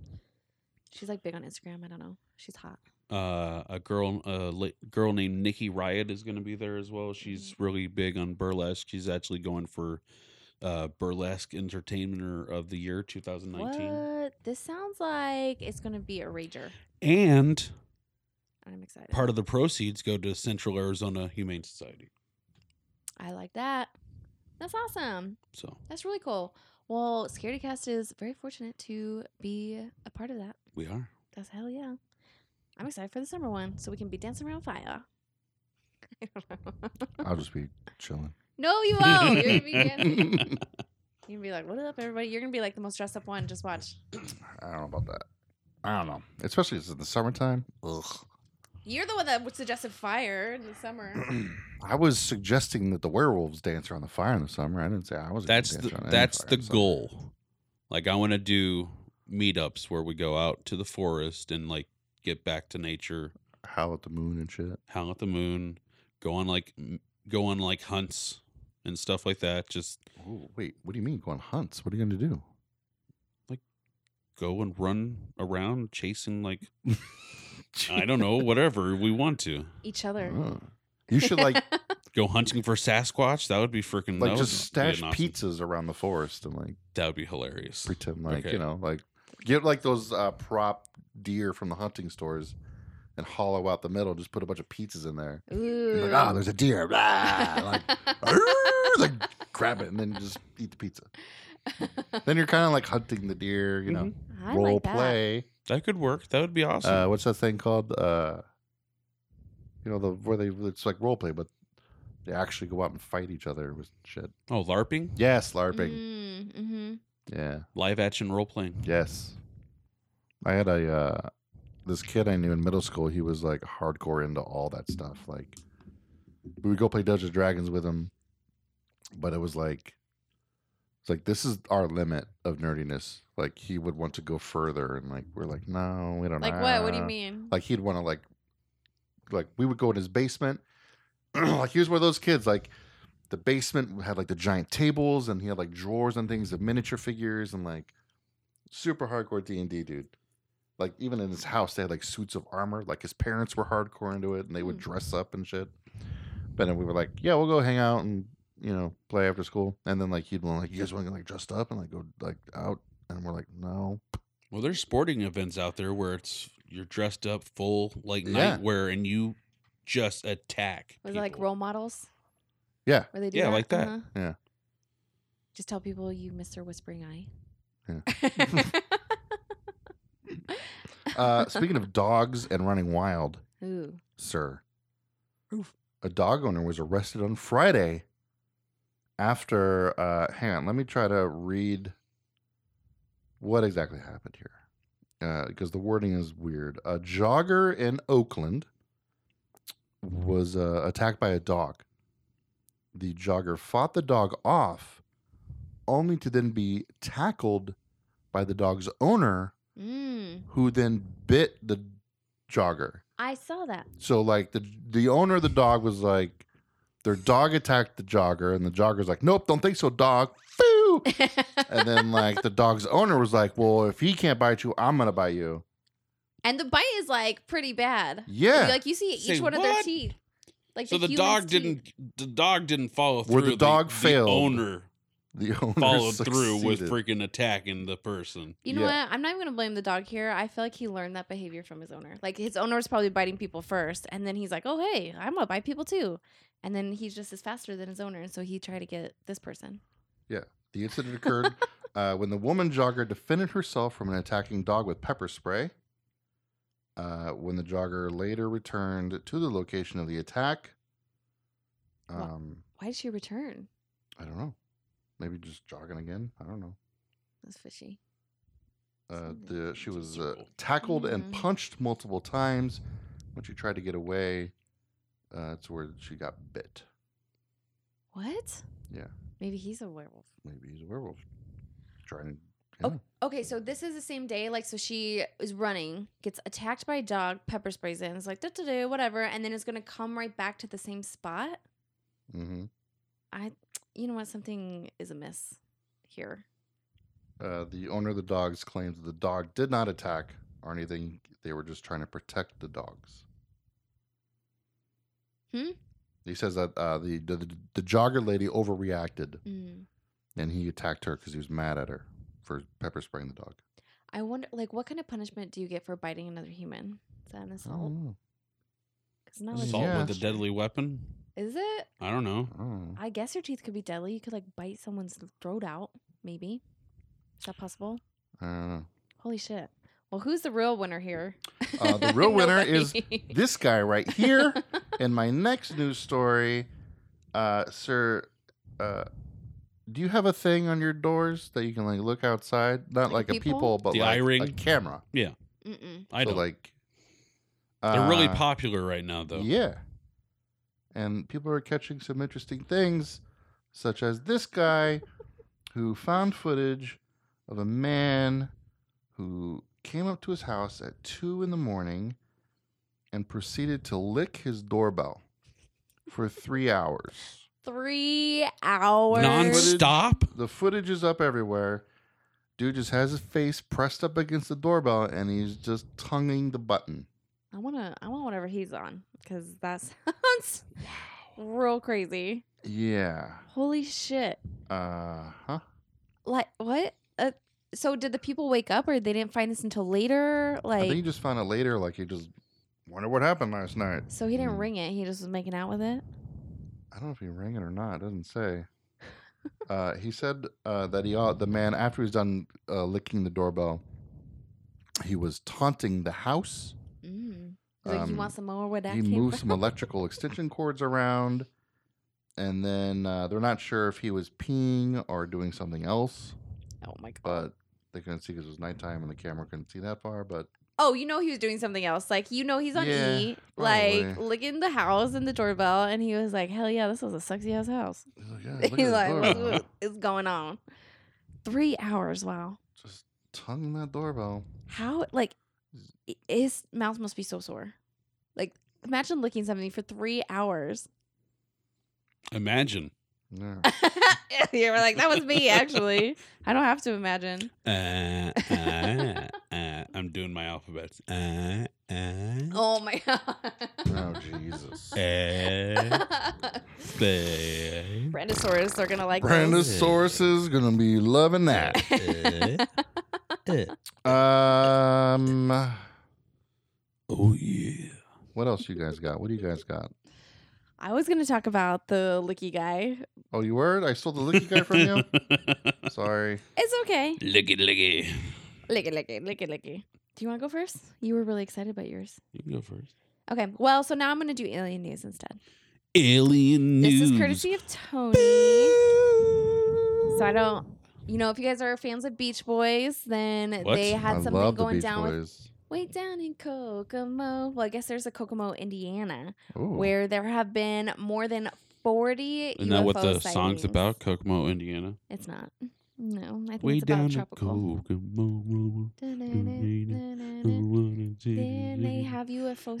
She's like big on Instagram. I don't know. She's hot.
Uh, a girl, a la- girl named Nikki Riot is going to be there as well. She's
Mm-hmm.
really big on burlesque. She's actually going for uh, burlesque entertainer of the year 2019.
What? This sounds like it's gonna be a rager.
And
I'm excited.
part of the proceeds go to Central Arizona Humane Society.
I like that. That's awesome.
So
That's really cool. Well, Scaredy Cast is very fortunate to be a part of that.
we are.
That's hell yeah. I'm excited for the summer one so we can be dancing around fire. I don't know.
I'll just be chilling.
no, you won't. You're gonna be dancing. You're gonna be like, what up, everybody? You're gonna be like the most dressed up one. Just watch.
I don't know about that. I don't know, especially it's in the summertime. Ugh.
You're the one that w- suggested fire in the summer.
I was suggesting that the werewolves dance around the fire in the summer. I didn't say I was. gonna
that's
dance
the
around any
that's
fire
the
in summer.
goal. Like I want to do meetups where we go out to the forest and like get back to nature,
Howl at the moon and shit.
hang at the moon, go on like m- go on like hunts and stuff like that. Just
Oh, wait, what do you mean go on hunts? What are you going to do?
go and run around chasing like I don't know whatever we want to.
Each other.
Oh. You should like
Go hunting for Sasquatch. That would be freaking
like
that would
just
be an
stash
awesome-
pizzas around the forest and like
That would be hilarious.
pretend like
Okay.
you know like get like those uh, prop deer from the hunting stores and hollow out the middle. Just put a bunch of pizzas in there.
Ooh.
And Like ah, there's a deer. Blah, like, "Arr!" like grab it and then just eat the pizza. Then you're kind of like hunting the deer. You know,
Mm-hmm. I
role
like that.
play.
That could work. That would be awesome.
Uh, what's that thing called? Uh, you know the where they it's like role play, but they actually go out and fight each other with shit.
oh, LARPing,
Yes, LARPing.
Mm, mhm.
Yeah.
live action role playing.
Yes. I had a uh, this kid I knew in middle school. He was like hardcore into all that stuff. Like we would go play Dungeons and Dragons with him, but it was like it's like this is our limit of nerdiness. Like he would want to go further, and like we're like, no, we don't.
Like what? What do you
know."
mean?
Like he'd want to like like we would go in his basement. like he was one of those kids like. The basement had like the giant tables, and he had like drawers and things of miniature figures, and like super hardcore D and D dude. Like even in his house, they had like suits of armor. Like his parents were hardcore into it, and they would
Hmm.
dress up and shit. But then we were like, yeah, we'll go hang out and you know play after school. And then like he'd want like you guys want to like dressed up and like go like out, and we're like, no,
Well, there's sporting events out there where it's you're dressed up full like
Yeah.
nightwear and you just attack.
Was it like
people.
role models?
Yeah.
Where they do Uh-huh.
Yeah, like that.
Yeah.
Just tell people you miss their whispering eye.
Yeah. Uh, speaking of dogs and running wild,
Ooh.
sir. A dog owner was arrested on Friday after. Uh, hang on, let me try to read what exactly happened here uh, because the wording is weird. A jogger in Oakland was uh, attacked by a dog. The jogger fought the dog off, only to then be tackled by the dog's owner,
Mm.
who then bit the jogger.
I saw that.
So like the the owner of the dog was like, their dog attacked the jogger, and the jogger's like, nope, don't think so, dog. Foo! And then like the dog's owner was like, well, if he can't bite you, I'm gonna bite you.
and the bite is like pretty bad.
Yeah.
Like you see each
Say
one of their
what?
teeth. Like
So the,
human's
dog
teeth.
didn't. The dog didn't follow through.
Where the dog failed.
owner
the owner
followed through with
succeeded.
freaking attacking the person.
You know
Yeah.
what? I'm not even gonna blame the dog here. I feel like he learned that behavior from his owner. Like his owner was probably biting people first, and then he's like, "Oh hey, I'm gonna bite people too," and then he's just as faster than his owner, and so he tried to get this person.
The incident occurred uh, when the woman jogger defended herself from an attacking dog with pepper spray. Uh, when the jogger later returned to the location of the attack,
Wha-
um,
Why did she return?
I don't know. Maybe just jogging again. I don't know.
That's fishy.
Uh,
Something
the she
It's Mm-hmm. a
was uh,
circle.
tackled
Mhm.
and punched multiple times. When she tried to get away, uh, that's where she got bit.
What?
Yeah.
Maybe he's a werewolf.
Maybe he's a werewolf. Trying to.
Oh,
yeah.
Okay, so this is the same day. Like, so she is running, gets attacked by a dog, pepper sprays it, and it's like, da da da, whatever, and then it's gonna come right back to the same spot.
hmm
I, you know what? Something is amiss here.
Uh, the owner of the dogs claims that the dog did not attack or anything. They were just trying to protect the dogs.
Hmm?
He says that uh, the, the the jogger lady overreacted
Mm.
and he attacked her because he was mad at her for pepper spraying the dog.
I wonder, like, what kind of punishment do you get for biting another human? Is that an
I don't
assault?
Oh.
know.
Because now it's
Um, Assault
Yeah.
with a deadly weapon?
Is it?
I don't know.
I don't know.
I guess your teeth could be deadly. You could like bite someone's throat out, maybe. Is that possible?
I don't know.
Holy shit. Well, who's the real winner here?
Uh, the real winner is
Nobody.
this guy right here. and my next news story, uh, sir, uh, do you have a thing on your doors that you can like look outside? Not
Like
like,
a
a
peephole?
people, but
The
like
eye
a
ring?
camera.
Mm-mm.
I
So,
don't.
like.
They're really
uh,
popular right now, though.
Yeah. And people are catching some interesting things, such as this guy who found footage of a man who came up to his house at two in the morning and proceeded to lick his doorbell for three hours.
Three hours.
Non-stop.
The footage is up everywhere. Dude just has his face pressed up against the doorbell and he's just tonguing the button.
I wanna. I want whatever he's on because that sounds real crazy.
Yeah.
Holy shit!
Uh huh.
Like what? Uh, so did the people wake up or they didn't find this until later?
I think he
Like,
just found out later. Like he just wonder what happened last night.
so he didn't
Hmm.
ring it. He just was making out with it.
I don't know if he rang it or not. It doesn't say. uh, he said uh, that he uh, the man after he was done uh, licking the doorbell, he was taunting the house.
Mm. He's like, you
Um,
want some more where that
he
came
moved
from?
some electrical extension cords around, and then uh, they're not sure if he was peeing or doing something else,
Oh my god.
but they couldn't see because it was nighttime and the camera couldn't see that far. But
oh, you know he was doing something else. Like you know he's on
Yeah,
E, like
probably.
licking the house and the doorbell, and he was like, "Hell yeah, this was a sexy ass house."
he's like, yeah, look
he's
at
like,
the
"What-
doorbell.
what is going on?" Three hours. Wow.
just tonguing that doorbell.
How like i- his mouth must be so sore. Like imagine licking something for three hours.
Imagine.
Yeah.
you were like, "That was me, actually." I don't have to imagine.
Uh, uh, uh, I'm doing my alphabets. Uh, uh,
Oh my god.
Oh Jesus.
uh, ba-
Brandosaurus are gonna like this.
Brandosaurus is gonna be loving that.
eh,
Um,
oh yeah.
what else you guys got? What do you guys got?
I was gonna talk about the licky guy.
Oh, you were? I stole the licky guy from you. Sorry.
It's okay.
Licky licky.
Licky licky licky licky. Do you want to go first? You were really excited about yours.
You can go first.
Okay. Well, so now I'm gonna do alien news instead.
Alien news.
This is courtesy of Tony. So I don't. You know, if you guys are fans of Beach Boys, then
What?
they had
I
something
love the
going
Beach
down with
Boys.
way down in Kokomo. Well, I guess there's a Kokomo, Indiana,
Ooh.
where there have been more than 40
Hmm. Isn't
UFO
that what the
sightings.
song's about? Kokomo, Indiana.
It's not. No, I think
Way
it's
down
about
to
tropical.
Kokomo.
Then they have UFO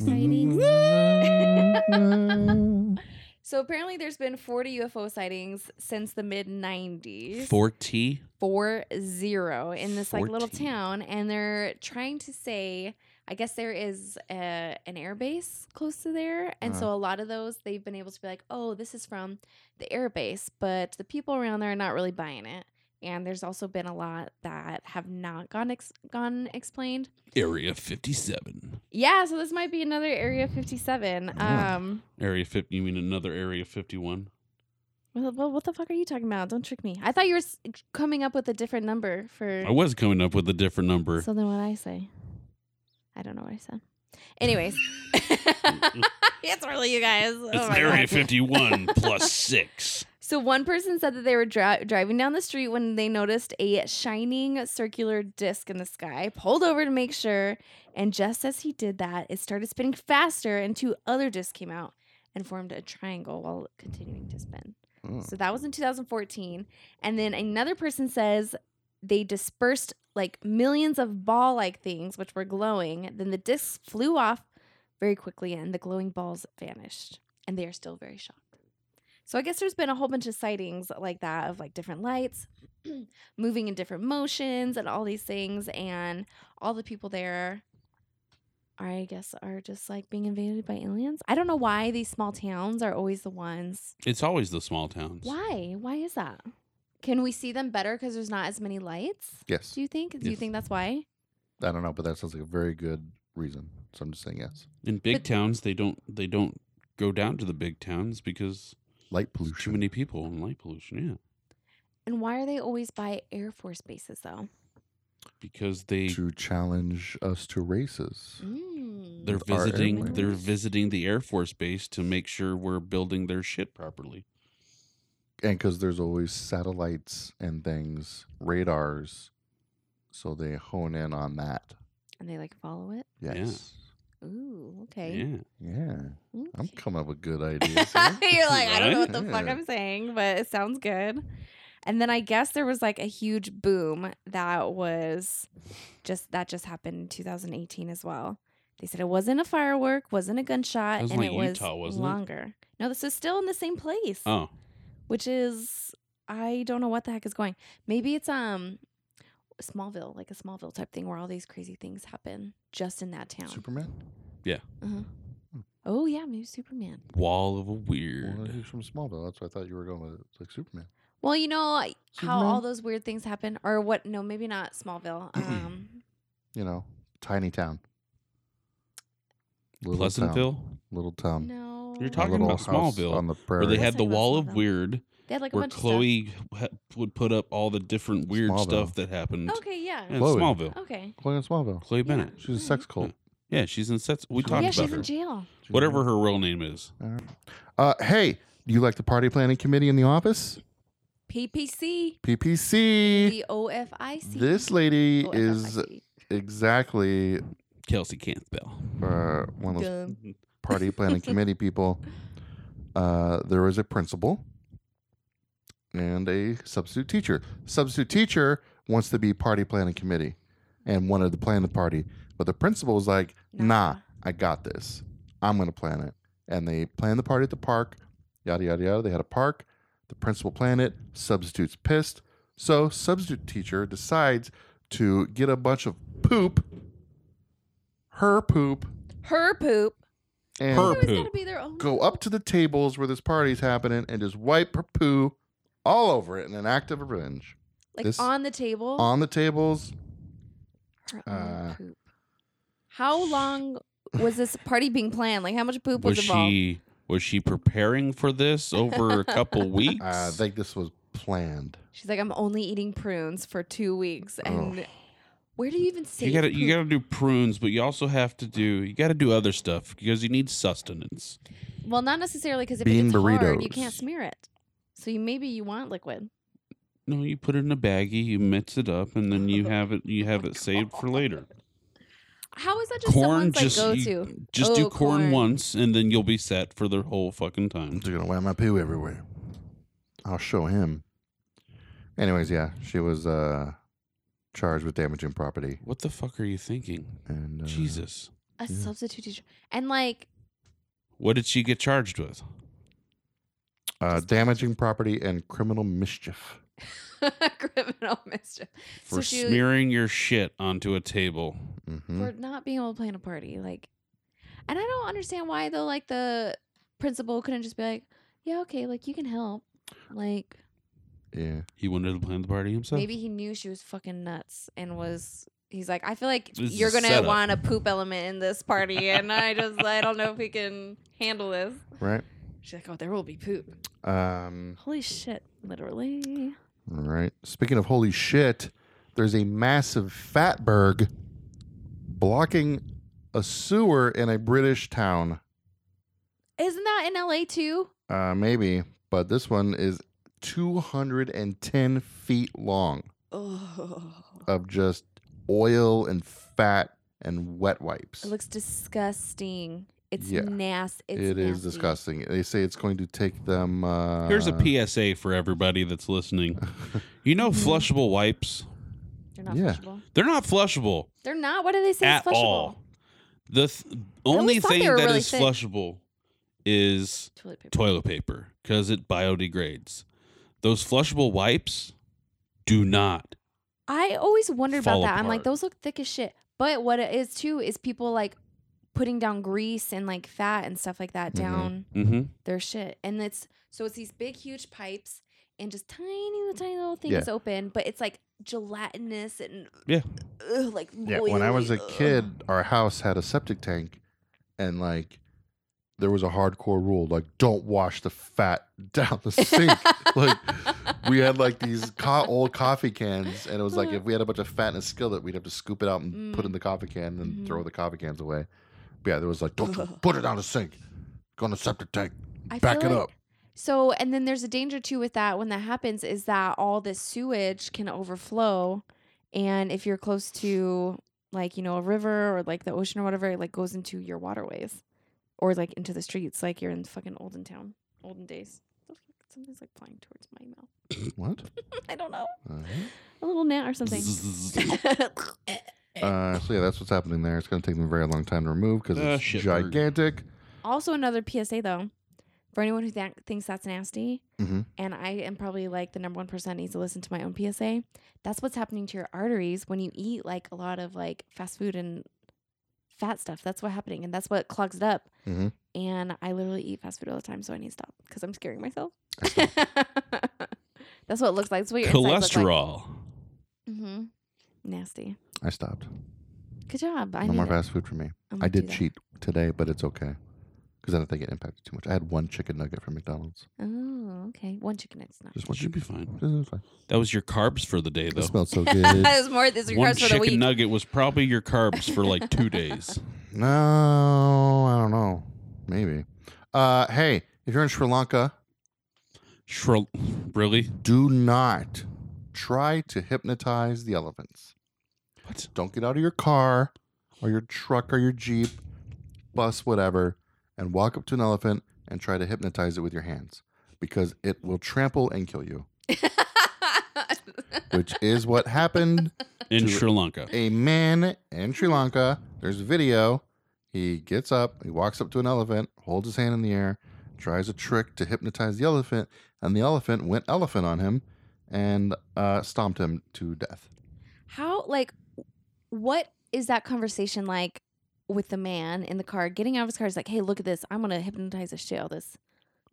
sightings.
sightings.
So apparently, there's been 40 UFO sightings since the mid 90s.
forty.
Four zero in this like little
14.
town, and they're trying to say. I guess there is a, an air base close to there, and so a lot of those they've been able to be like, "Oh, this is from the air base," but the people around there are not really buying it. And there's also been a lot that have not gone ex- gone explained.
Area 57.
Yeah, so this might be another Area 57.
Yeah.
Um,
Area 50, you mean another Area 51?
well, well, what the fuck are you talking about? Don't trick me. I thought you were s- coming up with a different number for.
I was coming up with a different number.
So then what I say? I don't know what I said. Anyways, it's early, you guys. Oh
It's
my
Area
God.
51 plus six.
So one person said that they were dri- driving down the street when they noticed a shining circular disc in the sky. Pulled over to make sure, and just as he did that, it started spinning faster, and two other discs came out and formed a triangle while continuing to spin.
Mm.
So that was in 2014, and then another person says they dispersed like millions of ball-like things which were glowing. Then the discs flew off very quickly, and the glowing balls vanished, and they are still very shocked. So I guess there's been a whole bunch of sightings like that of like different lights moving in different motions and all these things and all the people there I guess are just like being invaded by aliens. I don't know why these small towns are always the ones.
It's always the small towns.
Why? Why is that? Can we see them better cuz there's not as many lights?
Yes.
Do you think? Do you
Yes.
think that's why?
I don't know, but that sounds like a very good reason. So I'm just saying yes.
In big
But-
towns, they don't they don't go down to the big towns because
Light
there's too
pollution.
many people and light pollution. Yeah,
And why are they always by Air Force bases though?
because they
to challenge us to races.
Mm.
they're
with our
visiting
airplanes.
they're visiting the air force base to make sure we're building their shit properly.
And because there's always satellites and things, radars. So they hone in on that.
and they like follow it.
Yes.
Ooh, okay.
Yeah,
Yeah. I'm
Okay.
coming up with good
You're
ideas. here.
like, I don't know what the fuck
Right?
I'm saying, but it sounds good. And then I guess there was like a huge boom that was just that just happened in 2018 as well. They said it wasn't a firework, wasn't a gunshot,
That was
and
like
it was
Utah, wasn't it?
longer. No, this is still in the same place,
Oh,
which is I don't know what the heck is going. Maybe it's um Smallville, like a Smallville type thing where all these crazy things happen just in that town.
Superman?
uh-huh.
Hmm.
Oh yeah, maybe Superman.
wall of a
Well,
weird.
he's from Smallville. That's what I thought you were going with. It's like Superman.
Well, you know I- how all
Superman?
those weird things happen, or what? No, maybe not Smallville. Um,
You know, tiny town. Little Town.
Pleasantville,
Little town.
no,
Um,
You're
A
talking
little
about
house
Smallville,
On the
where
prairie.
they
Yes,
had
I
the
know
wall of
Smallville.
weird,
they had like a
where
bunch
Chloe ha- would put up all the different weird stuff
Smallville.
that happened.
of stuff. Okay, yeah,
in
Chloe.
Smallville.
okay.
Chloe in Smallville.
Chloe
Yeah.
Bennett.
She's a sex cult.
Yeah, she's in sets. We
Yeah,
talked
yeah,
about
she's
her.
in jail.
She's
Whatever her real name is.
Uh, hey, you like the party planning committee in the office?
PPC,
Eh.
PPC.
the OFIC.
This lady
OFIC.
is exactly
Kelsey Campbell.
uh, one of those
Dumb.
party planning committee people. Uh, there was a principal and a substitute teacher. Substitute teacher wants to be party planning committee and wanted to plan the party, but the principal was like,
Nah.
"Nah, I got this. I'm gonna plan it." And they planned the party at the park. Yada yada yada. They had a park. The principal planned it. Substitutes pissed. So substitute teacher decides to get a bunch of poop, her poop,
Her poop.
and
Her
Everyone's gotta
poop.
be their own
go
poop.
up to the tables where this party's happening and just wipe her poo all over it in an act of revenge.
like
this-
on the table.
On the tables,
her own
uh,
poop. How long was this party being planned? Like how much poop was,
Was
involved?
she was she preparing for this over a couple weeks?
I think this was planned.
She's like, I'm only eating prunes for two weeks, and where do you even save?
you gotta you
poop?
gotta do prunes, but you also have to do you gotta do other stuff because you need sustenance.
Well, not necessarily because if
Bean
it gets hard, you
burritos.
can't smear it. So you maybe you want liquid.
No, you put it in a baggie, you mix it up, and then you have it you have it saved for later.
How is that just
Corn
someone's
just
like go
you-
to?
just
Oh,
do corn,
corn.
once and then you'll be set for the whole fucking
I'm
time.
just gonna wipe my poo everywhere. I'll show him. Anyways, yeah, she was uh charged with damaging property.
What the fuck are you thinking?
And uh,
Jesus.
A
Yeah.
substitute teacher, and like
What did she get charged with?
uh, damaging property and criminal mischief.
criminal mischief
For
she-
smearing your shit onto a table.
Mm-hmm.
for not being able to plan a party. Like, and I don't understand why though. Like the principal couldn't just be like, yeah, okay, like you can help. Like
yeah,
He wanted to plan the party himself.
Maybe he knew she was fucking nuts and was. He's like, I feel like
This is
you're
a
gonna
setup."
want a poop element in this party, and I just, I don't know if we can handle this.
right.
She's like, oh, there will be poop.
Um,
Holy shit, literally.
all right. Speaking of holy shit, there's a massive fatberg blocking a sewer in a British town.
Isn't that in LA too?
Uh, maybe, but this one is 210 feet long
Oh,
of just oil and fat and wet wipes.
it looks disgusting. It's
Yeah.
nasty. It's
It is
nasty.
disgusting. They say it's going to take them. Uh,
Here's a PSA for everybody that's listening. You know,
Mhm.
flushable wipes,
They're not
Yeah.
flushable.
they're not flushable
They're not. What do they say?
at
is flushable?
all. The th- only
thought they
thing that
were
is
really thick.
flushable is
Toilet paper.
toilet paper because it biodegrades. Those flushable wipes do not.
I always wondered about
Fall
that. I'm like,
apart.
those look thick as shit. But what it is too is people like putting down grease and like fat and stuff like that
Mhm.
down
Mm-hmm.
their shit. And it's so it's these big, huge pipes and just tiny, little, tiny little things
Yeah.
open, but it's like gelatinous and
Yeah.
ugh, like
Yeah, when I was a
oily, ugh.
kid, our house had a septic tank, and like there was a hardcore rule like don't wash the fat down the sink. like we had like these co- old coffee cans, and it was like
Uh-huh.
if we had a bunch of fat in a skillet, we'd have to scoop it out and put it in
Mm.
the coffee can and
Mhm.
throw the coffee cans away. But yeah, there was like don't you put it down the sink, go on the septic tank,
I
back
feel
it
like-
up.
So, and then there's a danger too with that when that happens is that all this sewage can overflow. And if you're close to like, you know, a river or like the ocean or whatever, it like goes into your waterways or like into the streets, like you're in fucking olden town, olden days. The fuck? Something's like flying towards my mouth.
What?
I don't know.
Alright.
A little gnat or something. Eh.
Uh, so yeah, that's what's happening there. It's going to take them a very long time to remove because
Ah,
it's
shit bird.
gigantic.
also, another PSA though, for anyone who th- thinks that's nasty,
Mhm.
and I am probably like the number one person that needs to listen to my own PSA. That's what's happening to your arteries when you eat like a lot of like fast food and fat stuff. That's what's happening, and that's what clogs it up.
Mhm.
And I literally eat fast food all the time, so I need to stop because I'm scaring myself. that's what it looks like. That's what your insides look
Cholesterol.
Like. hmm Nasty.
I stopped.
Good job. I knew
no more
that. Oh
fast food for me.
I'm
I
gonna do
did
that.
cheat today, but it's okay because I don't think it impacted too much. I had one chicken nugget from McDonald's.
Oh, okay. One chicken nugget's not.
Just one
That should be
chicken.
fine.
It was fine.
That was your carbs for the day,
It
though.
smelled so good.
was more. This is
uh, One
yours for the
chicken
week.
nugget was probably your carbs for like two days.
no, I don't know. Maybe. Uh, hey, if you're in Sri Lanka,
Shri- really?
do not try to hypnotize the elephants.
What?
Don't get out of your car or your truck or your jeep, bus, whatever, and walk up to an elephant and try to hypnotize it with your hands because it will trample and kill you, which is what happened.
In
To-
Sri Lanka.
a man in Sri Lanka. There's a video. He gets up, he walks up to an elephant, holds his hand in the air, tries a trick to hypnotize the elephant, and the elephant went elephant on him and uh, stomped him to death.
How like what is that conversation like with the man in the car getting out of his car? He's like, "Hey, look at this! I'm gonna hypnotize the shit out of this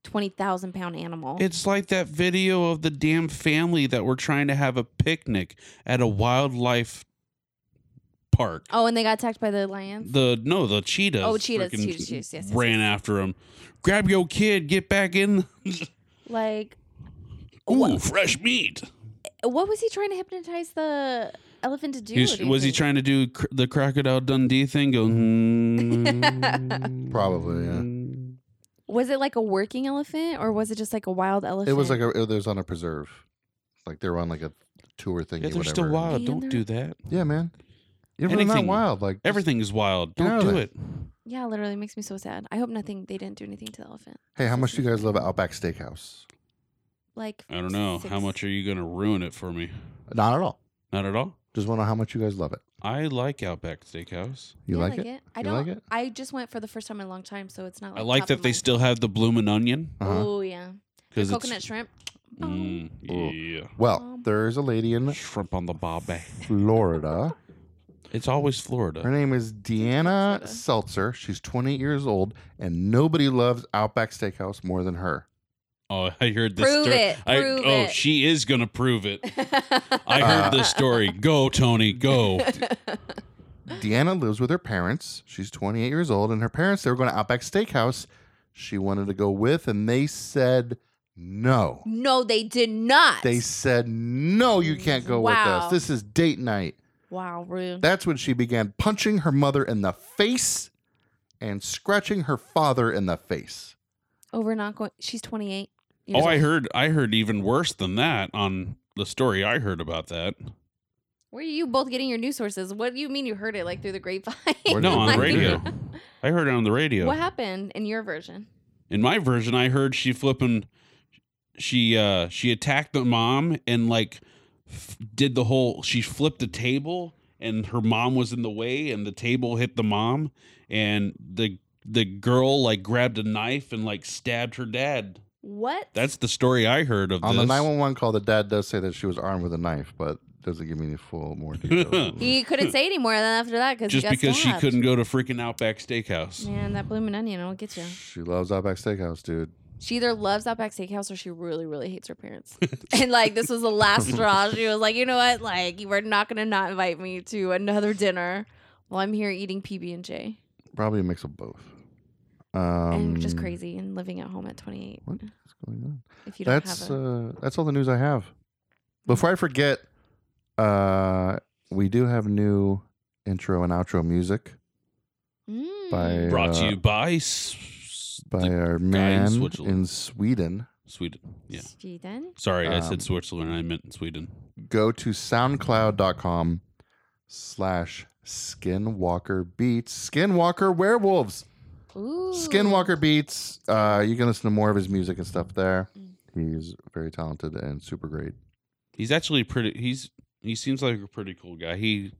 twenty thousand pound animal."
It's like that video of the damn family that were trying to have a picnic at a wildlife park.
oh, and they got attacked by the lions.
The no, the cheetahs.
Oh, cheetahs,
freaking
cheetahs, cheetahs, yes, yes,
ran
yes.
after him. Grab your kid, get back in.
like,
Ooh,
what,
fresh meat.
what was he trying to hypnotize the elephant to do?
He's-
do you
was he
think?
trying to do cr- the crocodile Dundee thing? Go. "Hmm."
Probably, yeah.
Was it like a working elephant, or was it just like a wild elephant?
It was like a, it was on a preserve. Like they were on like a tour thing.
Yeah,
or
they're
whatever.
still wild.
Man,
Don't
they're-
do that.
Yeah, man. You're really not
Anything.
wild. Like just-
Everything is wild.
Get
Don't
out of
do
there.
it.
yeah, literally makes me so sad. I hope nothing. They didn't do anything to the elephant.
Hey, how much do you guys love Outback Steakhouse?
Like,
I don't know. How
six-
much are you going to ruin it for me?
Not at all.
Not at all.
Just want to know how much you guys love it.
I like Outback Steakhouse.
You
Yeah, I
like, it?
I
You
don't.
like it?
I just went for the first time in a long time, so it's not. Like
I like
top
that
of
they
mind.
still have the bloomin' onion
Uh-huh.
Oh yeah, The
because
coconut
it's
shrimp.
mm, yeah
Well,
Um,
there's a lady in
shrimp on the bobby.
Florida.
It's always
Her
Florida.
name is Deanna
Florida.
Seltzer. She's 28 years old, and nobody loves Outback Steakhouse more than her.
Oh, I heard this
Prove
story.
it.
I,
Prove
oh,
it.
she is gonna prove it. I
Uh,
heard this story. Go, Tony. Go. Oh,
Deanna lives with her parents. She's 28 years old, and her parents, they were going to Outback Steakhouse. She wanted to go with, and they said no.
no, they did not.
They said, no, you can't go
Wow.
with us. This is date night.
Wow, rude.
That's when she began punching her mother in the face and scratching her father in the face.
Over not going. She's 28. years
Oh, I
old.
heard I heard even worse than that on the story I heard about that.
Where are you both getting your news sources? What do you mean you heard it like through the grapevine?
Where
No,
did
on the
you hear
radio.
it?
I heard it on the radio.
What happened in your version?
In my version, I heard she flipping she uh she attacked the mom and like f- did the whole she flipped the table and her mom was in the way and the table hit the mom and the the girl like grabbed a knife and like stabbed her dad.
What?
That's the story I heard of
On the
this.
911 call, the dad does say that she was armed with a knife, but doesn't give me any full more details.
he couldn't say any more than after that because
just
got
because
stabbed.
she couldn't go to freaking Outback Steakhouse.
Man, that blooming onion will get you.
She loves Outback Steakhouse, dude.
She either loves Outback Steakhouse or she really, really hates her parents. and like this was the last straw. She was like, you know what? Like you were not gonna not invite me to another dinner while I'm here eating PB and J
Probably a mix of both. Um,
and just crazy and living at home at 28.
What is going on?
If you don't
That's
have a,
uh, that's all the news I have. Before I forget, uh, we do have new intro and outro music
Mm.
by
Brought to
uh,
you by S- S-
by uh,
the-
our
in
man
Switzerland.
in Sweden.
Sweden. Yeah.
Sweden.
Sorry, I
Um,
said Switzerland. I meant Sweden.
Go to soundcloud.com slash skinwalker beats. Skinwalker werewolves.
Ooh.
Skinwalker beats. Uh, you can listen to more of his music and stuff there.
Mm.
He's very talented and super great.
He's actually pretty. He's he seems like a pretty cool guy. He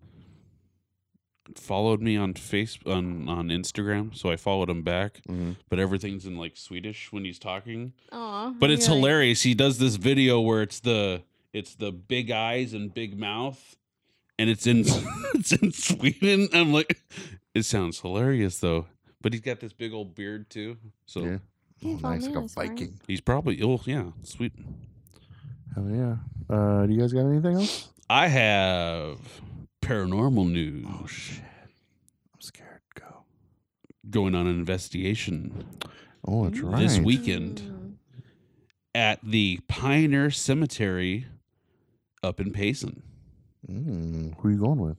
followed me on face on on Instagram, so I followed him back.
Mm-hmm.
Mhm.
But everything's in like Swedish when he's talking.
Aw,
But it's
you're like-
hilarious. He does this video where it's the it's the big eyes and big mouth, and it's in it's in Sweden. I'm like, it sounds hilarious though. But he's got this big old beard too, so
Yeah.
Hey,
Oh, nice, like a
Valnez, right?
Viking.
he's probably oh yeah, Sweden.
Hell yeah. Uh, do you guys got anything else?
I have paranormal news
I'm scared. Go.
going on an investigation
Oh, that's
Ooh.
right.
this weekend
Mm.
at the Pioneer Cemetery up in Payson.
Mm, who are you going with?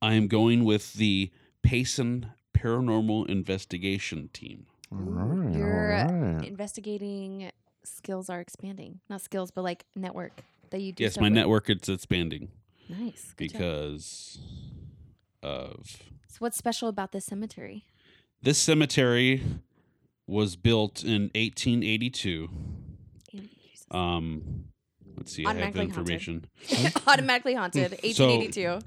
I am going with the Payson Paranormal Investigation Team.
All
Ooh,
right.
you're, uh,
all right.
Investigating skills are expanding. Not skills, but like network that you do.
yes,
stuff
my
with.
network is expanding
Nice. Good job.
because of
So what's special about this cemetery?
this cemetery was built in 1882. Um, let's see, I have
Automatically haunted.
information.
Automatically haunted.
Hmm. So-
1882.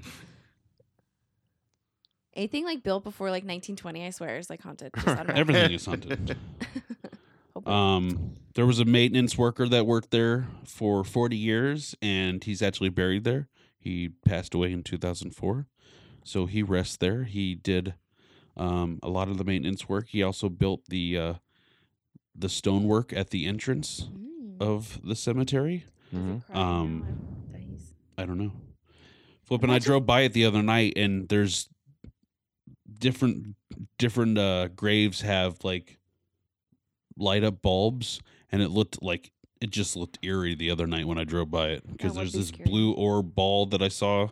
Anything like built before like 1920, I swear, is like haunted. Just Oh, automatic.
Everything is haunted.
Hope-
Um, there was a maintenance worker that worked there for 40 years, and he's actually buried there. He passed away in 2004, so he rests there. He did um, a lot of the maintenance work. He also built the uh, the stonework at the entrance
Mm.
of the cemetery.
Is
Mhm.
it crowded now?
uh, mm-hmm. um,
I- that Oh, he's-
I don't know. Flipping, I
Imagine-
drove by it the other night, and there's different different uh, graves have like light up bulbs, and it looked like it just looked eerie the other night when I drove by it because
would
there's
be
this
scary.
blue orb ball that I saw.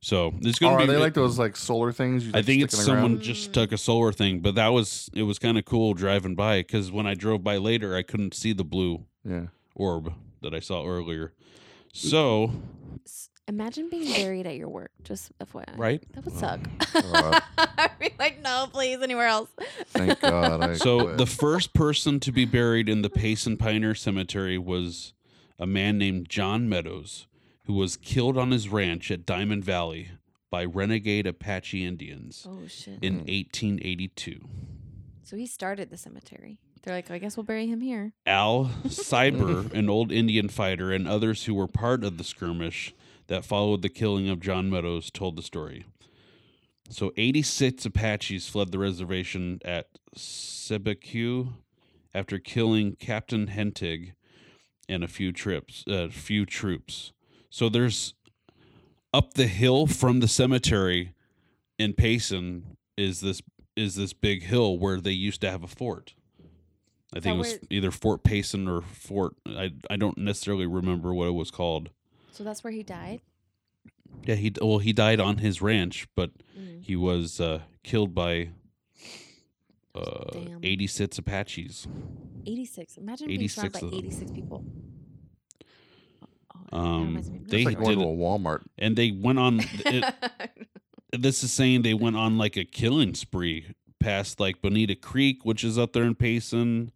So it's
Oh,
gonna
are
be.
they
re-
like those like solar things? You,
I
like,
think it's
stick in the
someone
ground?
just
Mm.
took a solar thing, but that was it was kind of cool driving by because when I drove by later, I couldn't see the blue orb that I saw earlier. So
S- Imagine being buried at your work. Just FYI.
right.
That would
Oh,
suck.
Mm.
God.
I'd be like, no, please, anywhere else.
Yeah. Thank God. I
So
quit.
the first person to be buried in the Payson Pioneer Cemetery was a man named John Meadows, who was killed on his ranch at Diamond Valley by renegade Apache Indians
Oh shit.
in
Hmm.
1882.
so he started the cemetery. They're like, I guess we'll bury him here.
Al Cyber, an old Indian fighter, and others who were part of the skirmish that followed the killing of John Meadows told the story. So 86 Apaches fled the reservation at Sebecu after killing Captain Hentig and a few trips, a few troops. So there's up the hill from the cemetery in Payson is this is this big hill where they used to have a fort. I
Is
think
that
it was
where-
either Fort Payson or Fort I I don't necessarily remember what it was called.
So that's where he died.
Yeah, he d- well he died on his ranch, but
Mm.
he was uh, killed by uh,
Damn.
86 Apaches.
86. Imagine being surrounded
86
by
of them.
86 people. Oh, that
Um,
reminds me of
they
It's
another
like
story.
going to a
did
Walmart.
And they went on. it- this is saying they went on like a killing spree past like Bonita Creek, which is up there in Payson,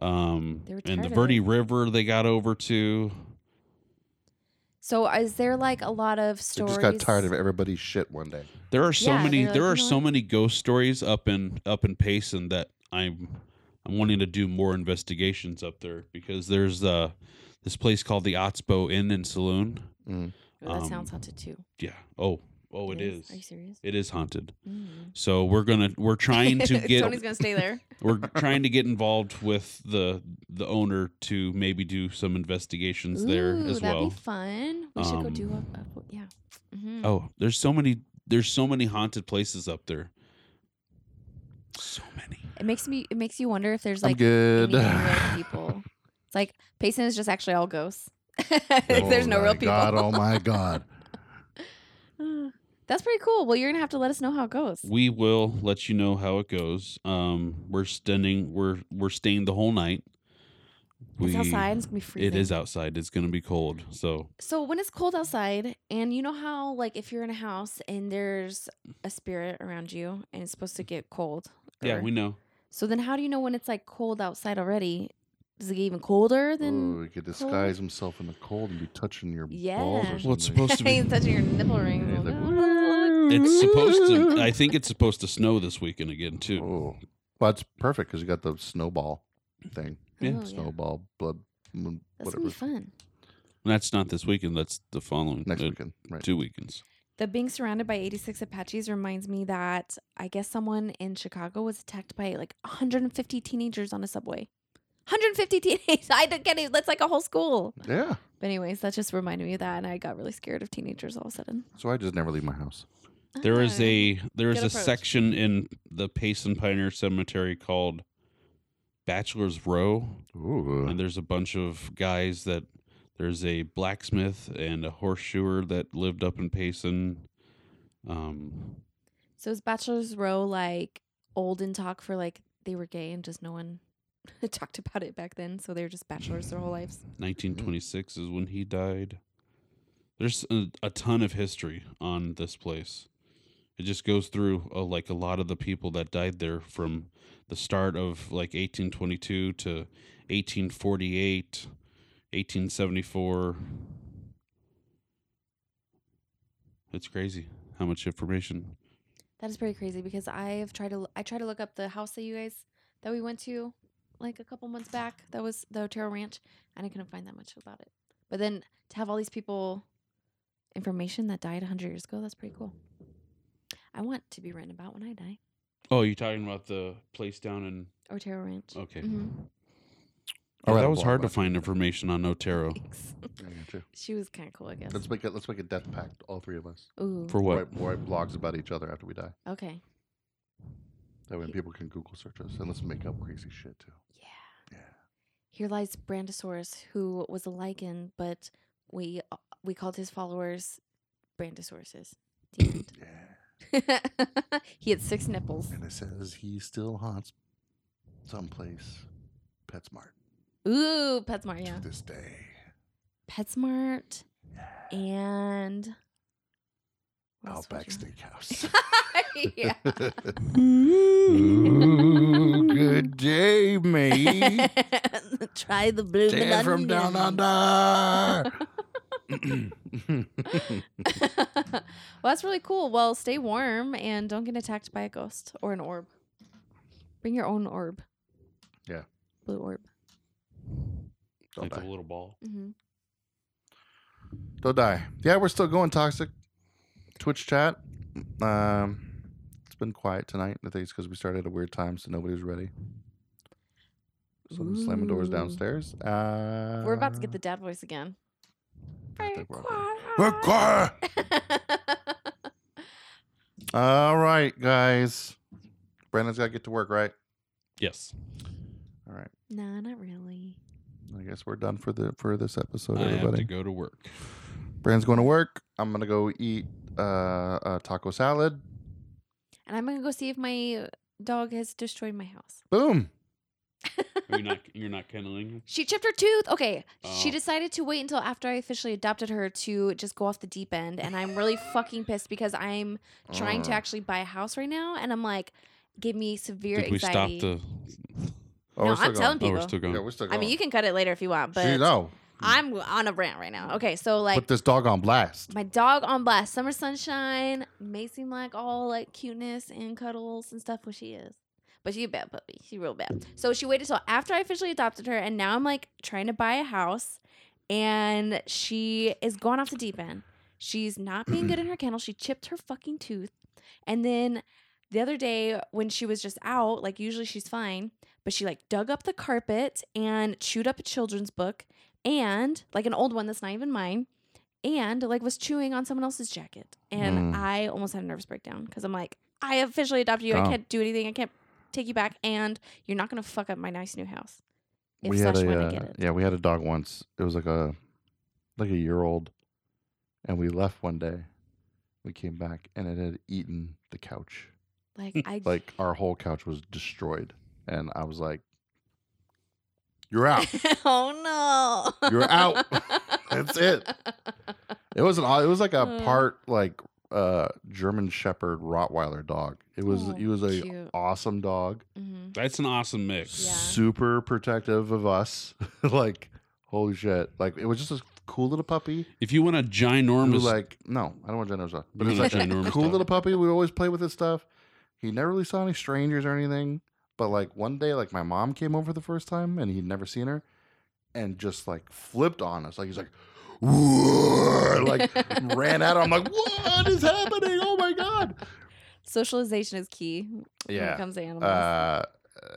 um,
They were
and the
tired of
Verde
it.
River. They got over to.
so is there like a lot of
They
stories?
just got tired of everybody's shit one day.
There are so
Yeah,
many.
they're like,
there
"You
are
know
so
what?"
many ghost stories up in up in Payson that I'm I'm wanting to do more investigations up there because there's uh this place called the Otsbo Inn and Saloon.
Mm.
Oh, that
um,
sounds haunted too.
Yeah. Oh. Oh, it is.
Are you serious?
It is haunted.
Mm.
So we're gonna we're trying to get
Tony's gonna stay there.
we're trying to get involved with the the owner to maybe do some investigations there
Ooh,
as
that'd
well.
be fun. We should go
Um,
do a, a yeah. Mhm.
Oh, there's so many there's so many haunted places up there. So many.
It makes me. It makes you wonder if there's
I'm
like any
good.
real people. It's like Payson is just actually all ghosts. Like, there's
Oh
no
my
real people.
God, oh my God.
That's pretty cool. Well, you're gonna have to let us know how it goes.
We will let you know how it goes. Um we're standing we're we're staying the whole night.
it's
We-
outside. and It's gonna be
It
freezing.
is outside. It's going to be cold. So,
So when it's cold outside, and you know how like if you're in a house and there's a spirit around you, and it's supposed to get cold.
yeah,
or-
we know.
So then, how do you know when it's like cold outside already? Does it get even colder
Ooh,
than?
he could disguise himself in the cold and be touching your balls or
Yeah.
something.
Well, it's supposed to be
He's touching your nipple ring.
Yeah, he's like,
It's supposed to I think it's supposed to snow this weekend again too.
Oh, well, it's perfect because you got the snowball thing,
Yeah.
Oh,
snowball blood, moon,
That's
whatever.
gonna be fun.
That's not this weekend. That's the following
Next
uh,
weekend, right?
two weekends.
The being surrounded by 86 Apaches reminds me that I guess someone in Chicago was attacked by like 150 teenagers on a subway. 150 teenagers. I don't get it. That's like a whole school.
Yeah.
But anyways, that just reminded me of that, and I got really scared of teenagers all of a sudden. Ah.
So I just never leave my house.
There is a there is
Good
a
approach.
section in the Payson Pioneer Cemetery called Bachelor's Row,
Ooh.
and there's a bunch of guys that there's a blacksmith and a horseshoer that lived up in Payson. Um,
So is Bachelor's Row like olden talk for like they were gay and just no one talked about it back then, so they were just bachelors their whole lives.
1926 is when he died. There's a, a ton of history on this place. It just goes through uh, like a lot of the people that died there from the start of like 1822 to 1848, 1874. It's crazy how much information.
That is pretty crazy because I've tried to l- I tried to look up the house that you guys that we went to like a couple months back. That was the Otero Ranch, and I couldn't find that much about it. But then to have all these people information that died 100 years ago, that's pretty cool. I want to be written about when I die.
Oh, you're talking about the place down in
Otero Ranch.
okay.
Mhm.
All
Oh,
right,
that
I'll
was
block
hard to
that.
find information on Otero.
Thanks.
Yeah, me too.
She was kind of cool, I guess.
Let's make it. Let's make a death pact, all three of us.
Ooh.
For what?
Write, write blogs about each other after we die.
okay.
That way people can Google search us and let's make up crazy shit too.
Yeah.
Yeah.
Here lies Brandosaurus, who was a lichen, but we uh, we called his followers Brandosauruses. The end.
Yeah.
he had six nipples.
And it says he still haunts someplace, PetSmart,
Ooh, PetSmart, yeah.
to this day.
PetSmart and what else
Outback
would
Steakhouse.
you- yeah.
Ooh, good day, mate.
Try the blue
Day from down under.
well, that's really cool. Well, stay warm and don't get attacked by a ghost or an orb. Bring your own orb.
Yeah.
Blue orb.
Don't
like a
die.
little ball.
Mm-hmm.
Don't die. Yeah, we're still going toxic. Twitch chat. Um, it's been quiet tonight. I think it's because we started at a weird time, so nobody's ready. So I'm slamming doors
Ooh.
downstairs. Uh,
We're about to get the dad voice again.
I think we're all ready.
Very
We're quiet.
quiet.
All right, guys. Brandon's got to get to work, right?
Yes.
All right.
no, not really.
I guess we're done for the for this episode,
I have
everybody.
to go to work.
Brandon's going to work. I'm gonna go eat uh, a taco salad.
And I'm gonna go see if my dog has destroyed my house.
Boom.
Are you not, you're not kenneling him?
She chipped her tooth. Okay. She
Oh.
decided to wait until after I officially adopted her to just go off the deep end. And I'm really fucking pissed because I'm trying to
Uh,
actually buy a house right now. And I'm like, give me severe
Did we stop
anxiety.
the?
Oh,
No,
we're still
I'm
going.
telling
Oh, we're
People.
still going.
Yeah, we're still
I
going.
mean, you can cut it later if you want,
See,
but
no.
I'm on a rant right now. Okay. So, like,
Put this dog on blast.
my dog on blast, summer sunshine may seem like all like cuteness and cuddles and stuff, which she is. But she a bad puppy. She real bad. So she waited till after I officially adopted her, and now I'm like trying to buy a house, and she is gone off the deep end. She's not being good in her kennel. She chipped her fucking tooth, and then the other day when she was just out, like usually she's fine, but she like dug up the carpet and chewed up a children's book, and like an old one that's not even mine, and like was chewing on someone else's jacket, and
Mm.
I almost had a nervous breakdown because I'm like, I officially adopted you. I
Oh.
can't do anything. I can't take you back, and you're not gonna fuck up my nice new house. If
we had
slash
a
when
uh,
I get it.
yeah, we had a dog once. It was like a like a year old, and we left one day. We came back and it had eaten the couch.
Like I
Like our whole couch was destroyed, and I was like, "You're out."
oh no.
"Ah." You're out. That's it. It was an odd- it was like a
Uh.
part like uh German Shepherd Rottweiler dog. It was
Oh,
it was a
cute.
awesome dog,
hmm
That's an awesome mix.
Yeah.
super protective of us. like holy shit! Like it was just a cool little puppy.
If you want a
Who,
ginormous,
like no, I don't want ginormous dog, but
You
it's
don't
like
want
a
ginormous
cool
dog.
little puppy. We always play with his stuff. He never really saw any strangers or anything. But like one day, like my mom came over for the first time and he'd never seen her, and just like flipped on us. Like he's like. "Roar," like ran at her. I'm like, what is happening? Oh my god!
Socialization is key when it
Yeah.
comes to animals.
Uh,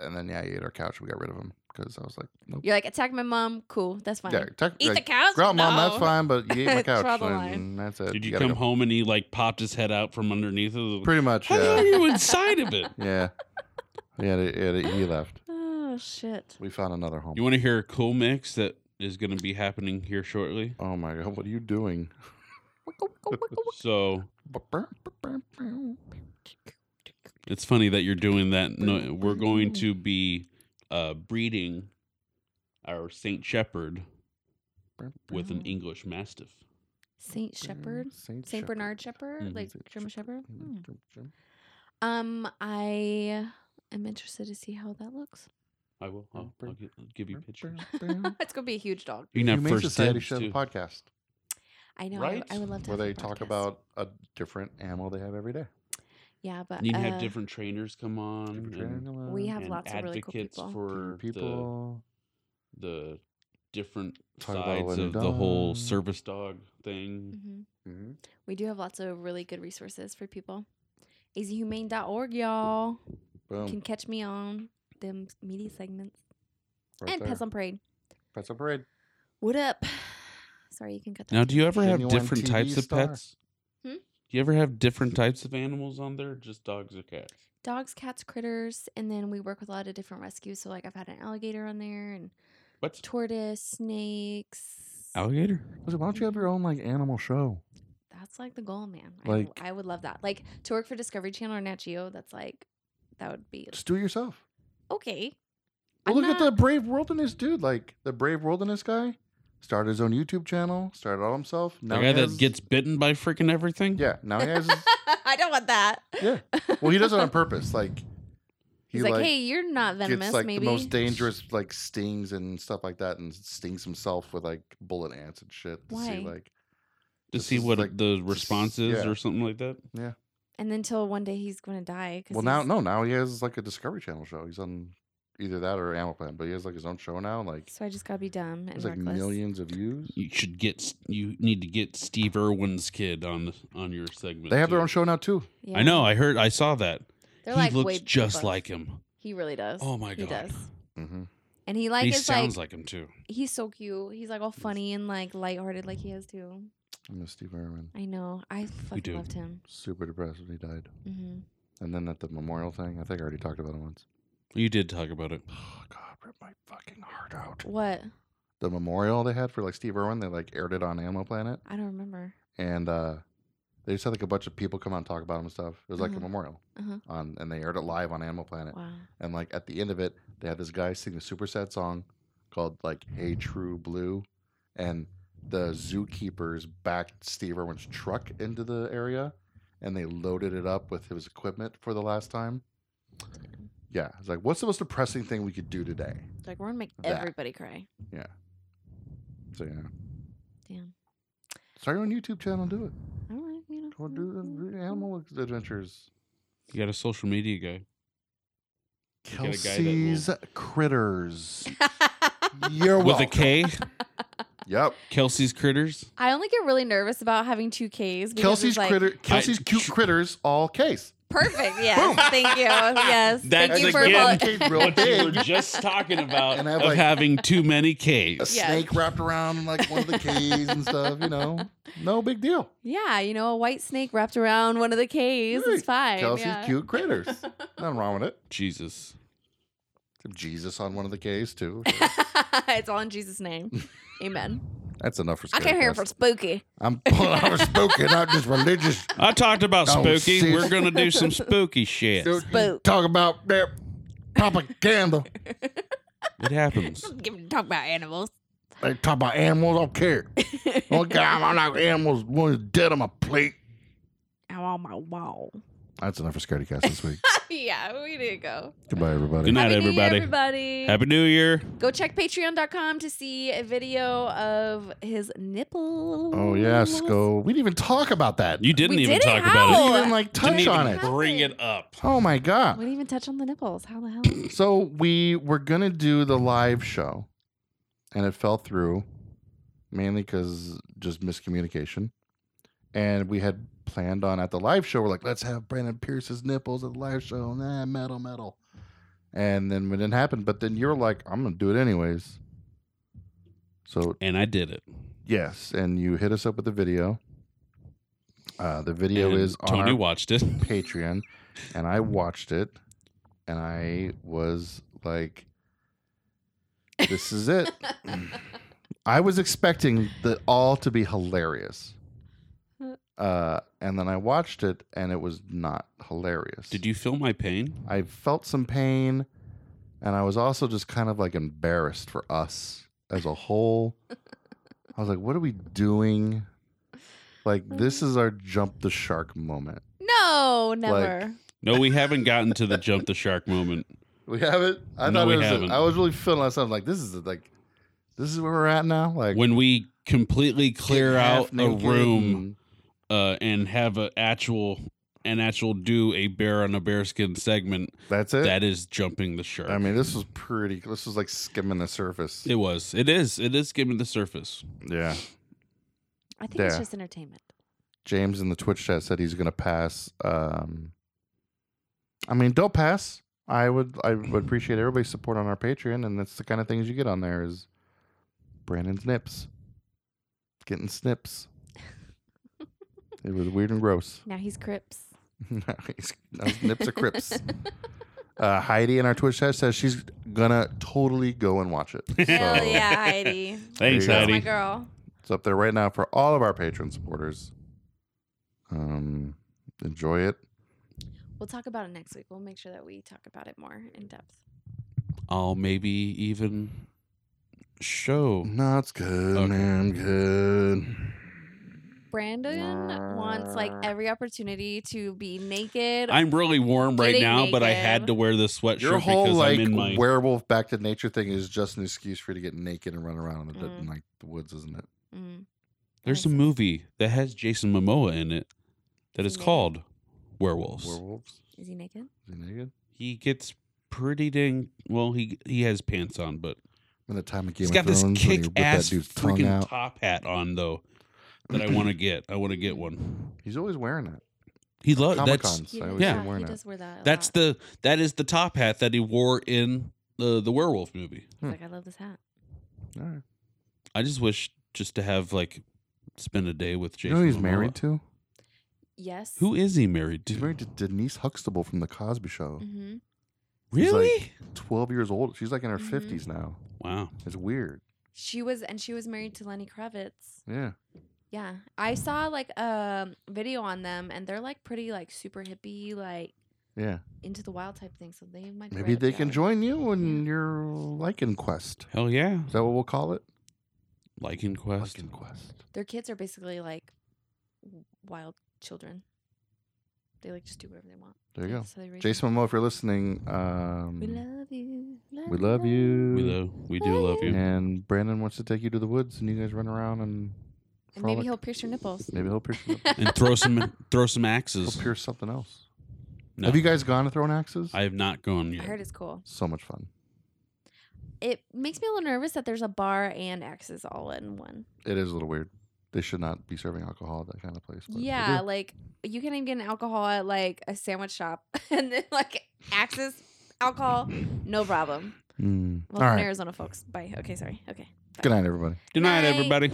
and then yeah, he ate our couch. We got rid of him because I was like, nope.
You're like attack my mom. Cool, that's fine.
Yeah, tech-
Eat the
like,
couch.
grout, mom,
No.
that's fine, but you ate my
Draw
couch,
the line.
and that's it.
did you,
gotta
come
go.
home and he like popped his head out from underneath of the?
Pretty much,
How the hell are
yeah,
you inside of it?
yeah. Yeah, he, he, he left.
Oh shit.
We found another home.
You want to hear a cool mix that is going to be happening here shortly?
oh my god, what are you doing?
So it's funny that you're doing that. No, we're going
mm-hmm.
to be uh, breeding our Saint Shepherd with
Mm-hmm.
an English Mastiff.
Saint Shepherd,
Mm, Saint,
Saint Bernard Shepherd,
Mhm.
like
Saint
German Shepherd. Hmm.
German Shepherd.
Um, I am interested to see how that looks.
I will.
Oh,
I'll, I'll gi- I'll give you pictures.
it's gonna be a huge dog.
You can have
Mm. Humane
first
Society
dibs,
should have
too.
a podcast
I know.
Right?
I, I would love to.
where
have a
they talk
podcast.
about a different animal they have every day.
Yeah, but
You can
uh,
have different trainers come on.
Different
Um, and-
animal,
we have
and
lots of really cool
advocates
people.
for
different people.
the, the different
Talk about
sides
what a
of the whole
dog-
service dog thing.
Mhm.
Mhm.
We do have lots of really good resources for people. easyhumane.org, y'all.
Boom.
Can catch me on them media segments
right
and
there.
Pets on Parade.
Pets on Parade.
What up? Sorry, you can cut that.
Now, do you ever have
Genuine
different
TV
types of
star.
pets?
Hmm?
Do you ever have different types of animals on there, just dogs or cats?
Dogs, cats, critters, and then we work with a lot of different rescues. So, like, I've had an alligator on there, and
What's
tortoise, snakes.
alligator?
Listen, why don't you have your own like animal show?
That's like the goal, man.
Like-
I, I would love that. Like to work for Discovery Channel or Nat Geo. That's like that would be
Just do it yourself.
okay.
Well,
I'm
look at
not-
the Brave Wilderness dude. Like the Brave Wilderness guy started his own YouTube channel, started all himself.
The
Now
guy
he has-
that gets bitten by freaking everything?
yeah. Now he has.
I don't want that.
Yeah. well, he does it on purpose. Like
He's like, hey, you're not venomous.
gets like
maybe
the most dangerous like stings and stuff like that, and stings himself with like bullet ants and shit to
Why?
see like
To
This
see
is
what
like-
the response is
yeah.
or something like that?
and until one day he's going to die. 'cause
Well, now
he's-
no, now he has like a Discovery Channel show. He's on either that or Animal Planet, but he has like his own show now. Like
So I just gotta be dumb and
it's like
reckless.
millions of views.
You should get. s- You need to get Steve Irwin's kid on on your segment.
They have their
too.
own show now too.
Yeah.
I know. I heard. I saw that.
They're
he
like way
looks just
buff.
like him.
He really does.
Oh my
He
god.
does.
Mm-hmm.
And he like
he
is
sounds
like,
like him too.
he's so cute. He's like all funny and like lighthearted, like he is too.
I miss Steve Irwin.
I know. I
do.
fucking loved him.
Super depressed when he died.
hmm
And then at the memorial thing, I think I already talked about it once.
You did talk about it.
Oh God, rip my fucking heart out.
What?
the memorial they had for like Steve Irwin. They like aired it on Animal Planet,
I don't remember.
and uh, they just had like a bunch of people come out and talk about him and stuff. It was like
Uh-huh.
a memorial
Uh-huh.
on, and they aired it live on Animal Planet.
Wow.
And like at the end of it, they had this guy sing a super sad song called like "Hey True Blue," and the zookeepers backed Steve Irwin's truck into the area, and they loaded it up with his equipment for the last time. Yeah, it's like, what's the most depressing thing we could do today?
It's like we're gonna make
That.
everybody cry.
So yeah,
Damn.
start your own YouTube channel. Do it.
All right, you know.
Go do the-
Mm-hmm.
the animal ex- adventures.
You got a social media guy. You got a guy that will-
Kelsey's uh, critters. You're
with
welcome.
a K.
Yep.
Kelsey's Critters.
I only get really nervous about having two K's. because it's
Kelsey's
like,
critter. Kelsey's cute
tr-
critters. All case.
Perfect. Yes.
Boom.
Thank you. Yes.
That's
thank you
again-
for
Okay, real
What you were
big.
just talking about
And I have,
of
like-
having too many
a
Ks.
Yeah.
snake wrapped around like one of the keys and stuff, you know. No big deal.
Yeah, you know, a white snake wrapped around one of the K's is
Right.
fine.
Kelsey's
yeah.
cute critters. Nothing wrong with it.
Jesus.
Some Jesus on one of the keys too.
it's all in Jesus' name. Amen.
That's enough for
I came here for
Scarecast.
spooky.
I'm pulling out a spooky, not just religious.
I talked about
Oh,
spooky.
shit.
We're gonna do some spooky shit.
Dude, you
Spook.
Talk about that propaganda.
It happens.
Don't give- Talk about animals.
They talk about animals. I don't care. One guy, I'm like animals. One's dead on my plate.
Ow, on my wall.
That's enough for Scaredy Cast this week.
yeah, we did go.
Goodbye, everybody.
Good night,
Happy New Year,
everybody.
everybody.
Happy New Year.
Go check patreon.com to see a video of his nipple.
Oh yes, go. We didn't even talk about that.
You didn't
We
even
did it,
talk
We
how?
about it.
didn't even like
Didn't
touch
even
on it.
bring it up.
Oh my god.
We didn't even touch on the nipples. How the hell?
So we were gonna do the live show, and it fell through, mainly because just miscommunication. And we had planned on at the live show, we're like, let's have Brandon Pierce's nipples at the live show. Nah, metal, metal. And then it didn't happen. But then you're like, I'm gonna do it anyways. So
And I did it.
yes, and you hit us up with the video. Uh, the video
And
is on
Tony
our
watched it.
Patreon, and I watched it, and I was like, "This is it." I was expecting the all to be hilarious, uh, and then I watched it, and it was not hilarious.
Did you feel my pain?
I felt some pain, and I was also just kind of like embarrassed for us as a whole. I was like, "What are we doing?" Like this is our jump the shark moment.
no, never.
No, we haven't gotten to the jump the shark moment.
We haven't. I
No,
thought
we
it was.
haven't.
I was really feeling myself like this is like, this is where we're at now. Like
When we completely clear
getting half
out a
naked
room uh, and have a actual an actual do a bear on a bearskin segment,
and That's it.
that is jumping the shark.
I mean, this was pretty. This was like skimming the surface.
it was. It is. It is giving the surface.
yeah.
I think it's
Yeah.
just entertainment.
James in the Twitch chat said he's gonna pass. Um, I mean, don't pass. I would. I would appreciate everybody's support on our Patreon, and that's the kind of things you get on there. Is Brandon's nips, getting snips. it was weird and gross.
Now he's Crips.
nice. Nice Nips or crips. Uh, Heidi in our Twitch chat says she's gonna totally go and watch it. So
Hell yeah, Heidi.
Thanks,
There you
That's Oh
go.
my
Heidi.
girl.
It's up there right now for all of our patron supporters. Um, enjoy it.
We'll talk about it next week. We'll make sure that we talk about it more in depth.
I'll maybe even show.
No, it's good,
Okay.
man. Good.
Brandon wants like every opportunity to be naked.
I'm really warm right
Getting
now, but I
naked.
had to wear this sweatshirt
Your whole
because
like
I'm in my.
werewolf back to nature thing is just an excuse for you to get naked and run around in the,
Mm.
in, like the woods, isn't it?
Mm.
There's a movie that has Jason Momoa in it that is
Naked.
called Werewolves.
Werewolves?
Is he naked?
Is he naked?
He gets pretty dang well. He he has pants on, but
In the time of Game
he's
of
got this
Thrones, when he
kick
ripped that
ass
dude's tongue
freaking
out.
top hat on though that I want to get. I want to get one.
He's always wearing it.
He loves
Comic
that's
Cons. I always
yeah,
see him
he
wearing it.
does wear that. a
that's
lot.
the that is the top hat that he wore in the the werewolf movie.
He's
Hmm.
like, I love this hat.
All right.
I just wish just to have like spend a day with
You
Jason.
know who he's
Momoa.
married to?
Yes.
Who is he married to?
He's married to Denise Huxtable from The Cosby Show.
hmm
He's like-
really?
12 years old. She's like in her
Mhm.
50s now.
wow.
It's weird.
She was, and she was married to Lenny Kravitz.
Yeah.
Yeah, I saw like a video on them, and they're like pretty like super hippie, like
Yeah.
into the wild type thing. So they might be
Maybe
right up
they
your
can
alley.
join you in your Lycan quest.
Hell yeah.
Is that what we'll call it?
Lycan Quest.
Lycan quest.
Their kids are basically like w- wild children. They like just do whatever they want.
There you go.
That's how they raise them.
Jason Momoa, if you're listening, um,
we love you.
we love you.
We love, we do love you.
And Brandon wants to take you to the woods, and you guys run around and.
And maybe
frolic.
he'll pierce your nipples.
Maybe he'll pierce. your nipple.
And throw some throw some
he'll
axes.
pierce something else.
No,
Have you guys gone to throwing axes?
I have not gone
I
yet.
heard it's cool.
so much fun.
It makes me a little nervous that there's a bar and axes all in one.
It is a little weird. They should not be serving alcohol at that kind of place. but they do.
yeah, like you can't even get an alcohol at like a sandwich shop, and then like axes, alcohol, no problem.
Mm. All
Well, in
right.
Arizona, folks. Bye. Okay, sorry. Okay.
Good night, everybody.
Good night,
Night.
everybody.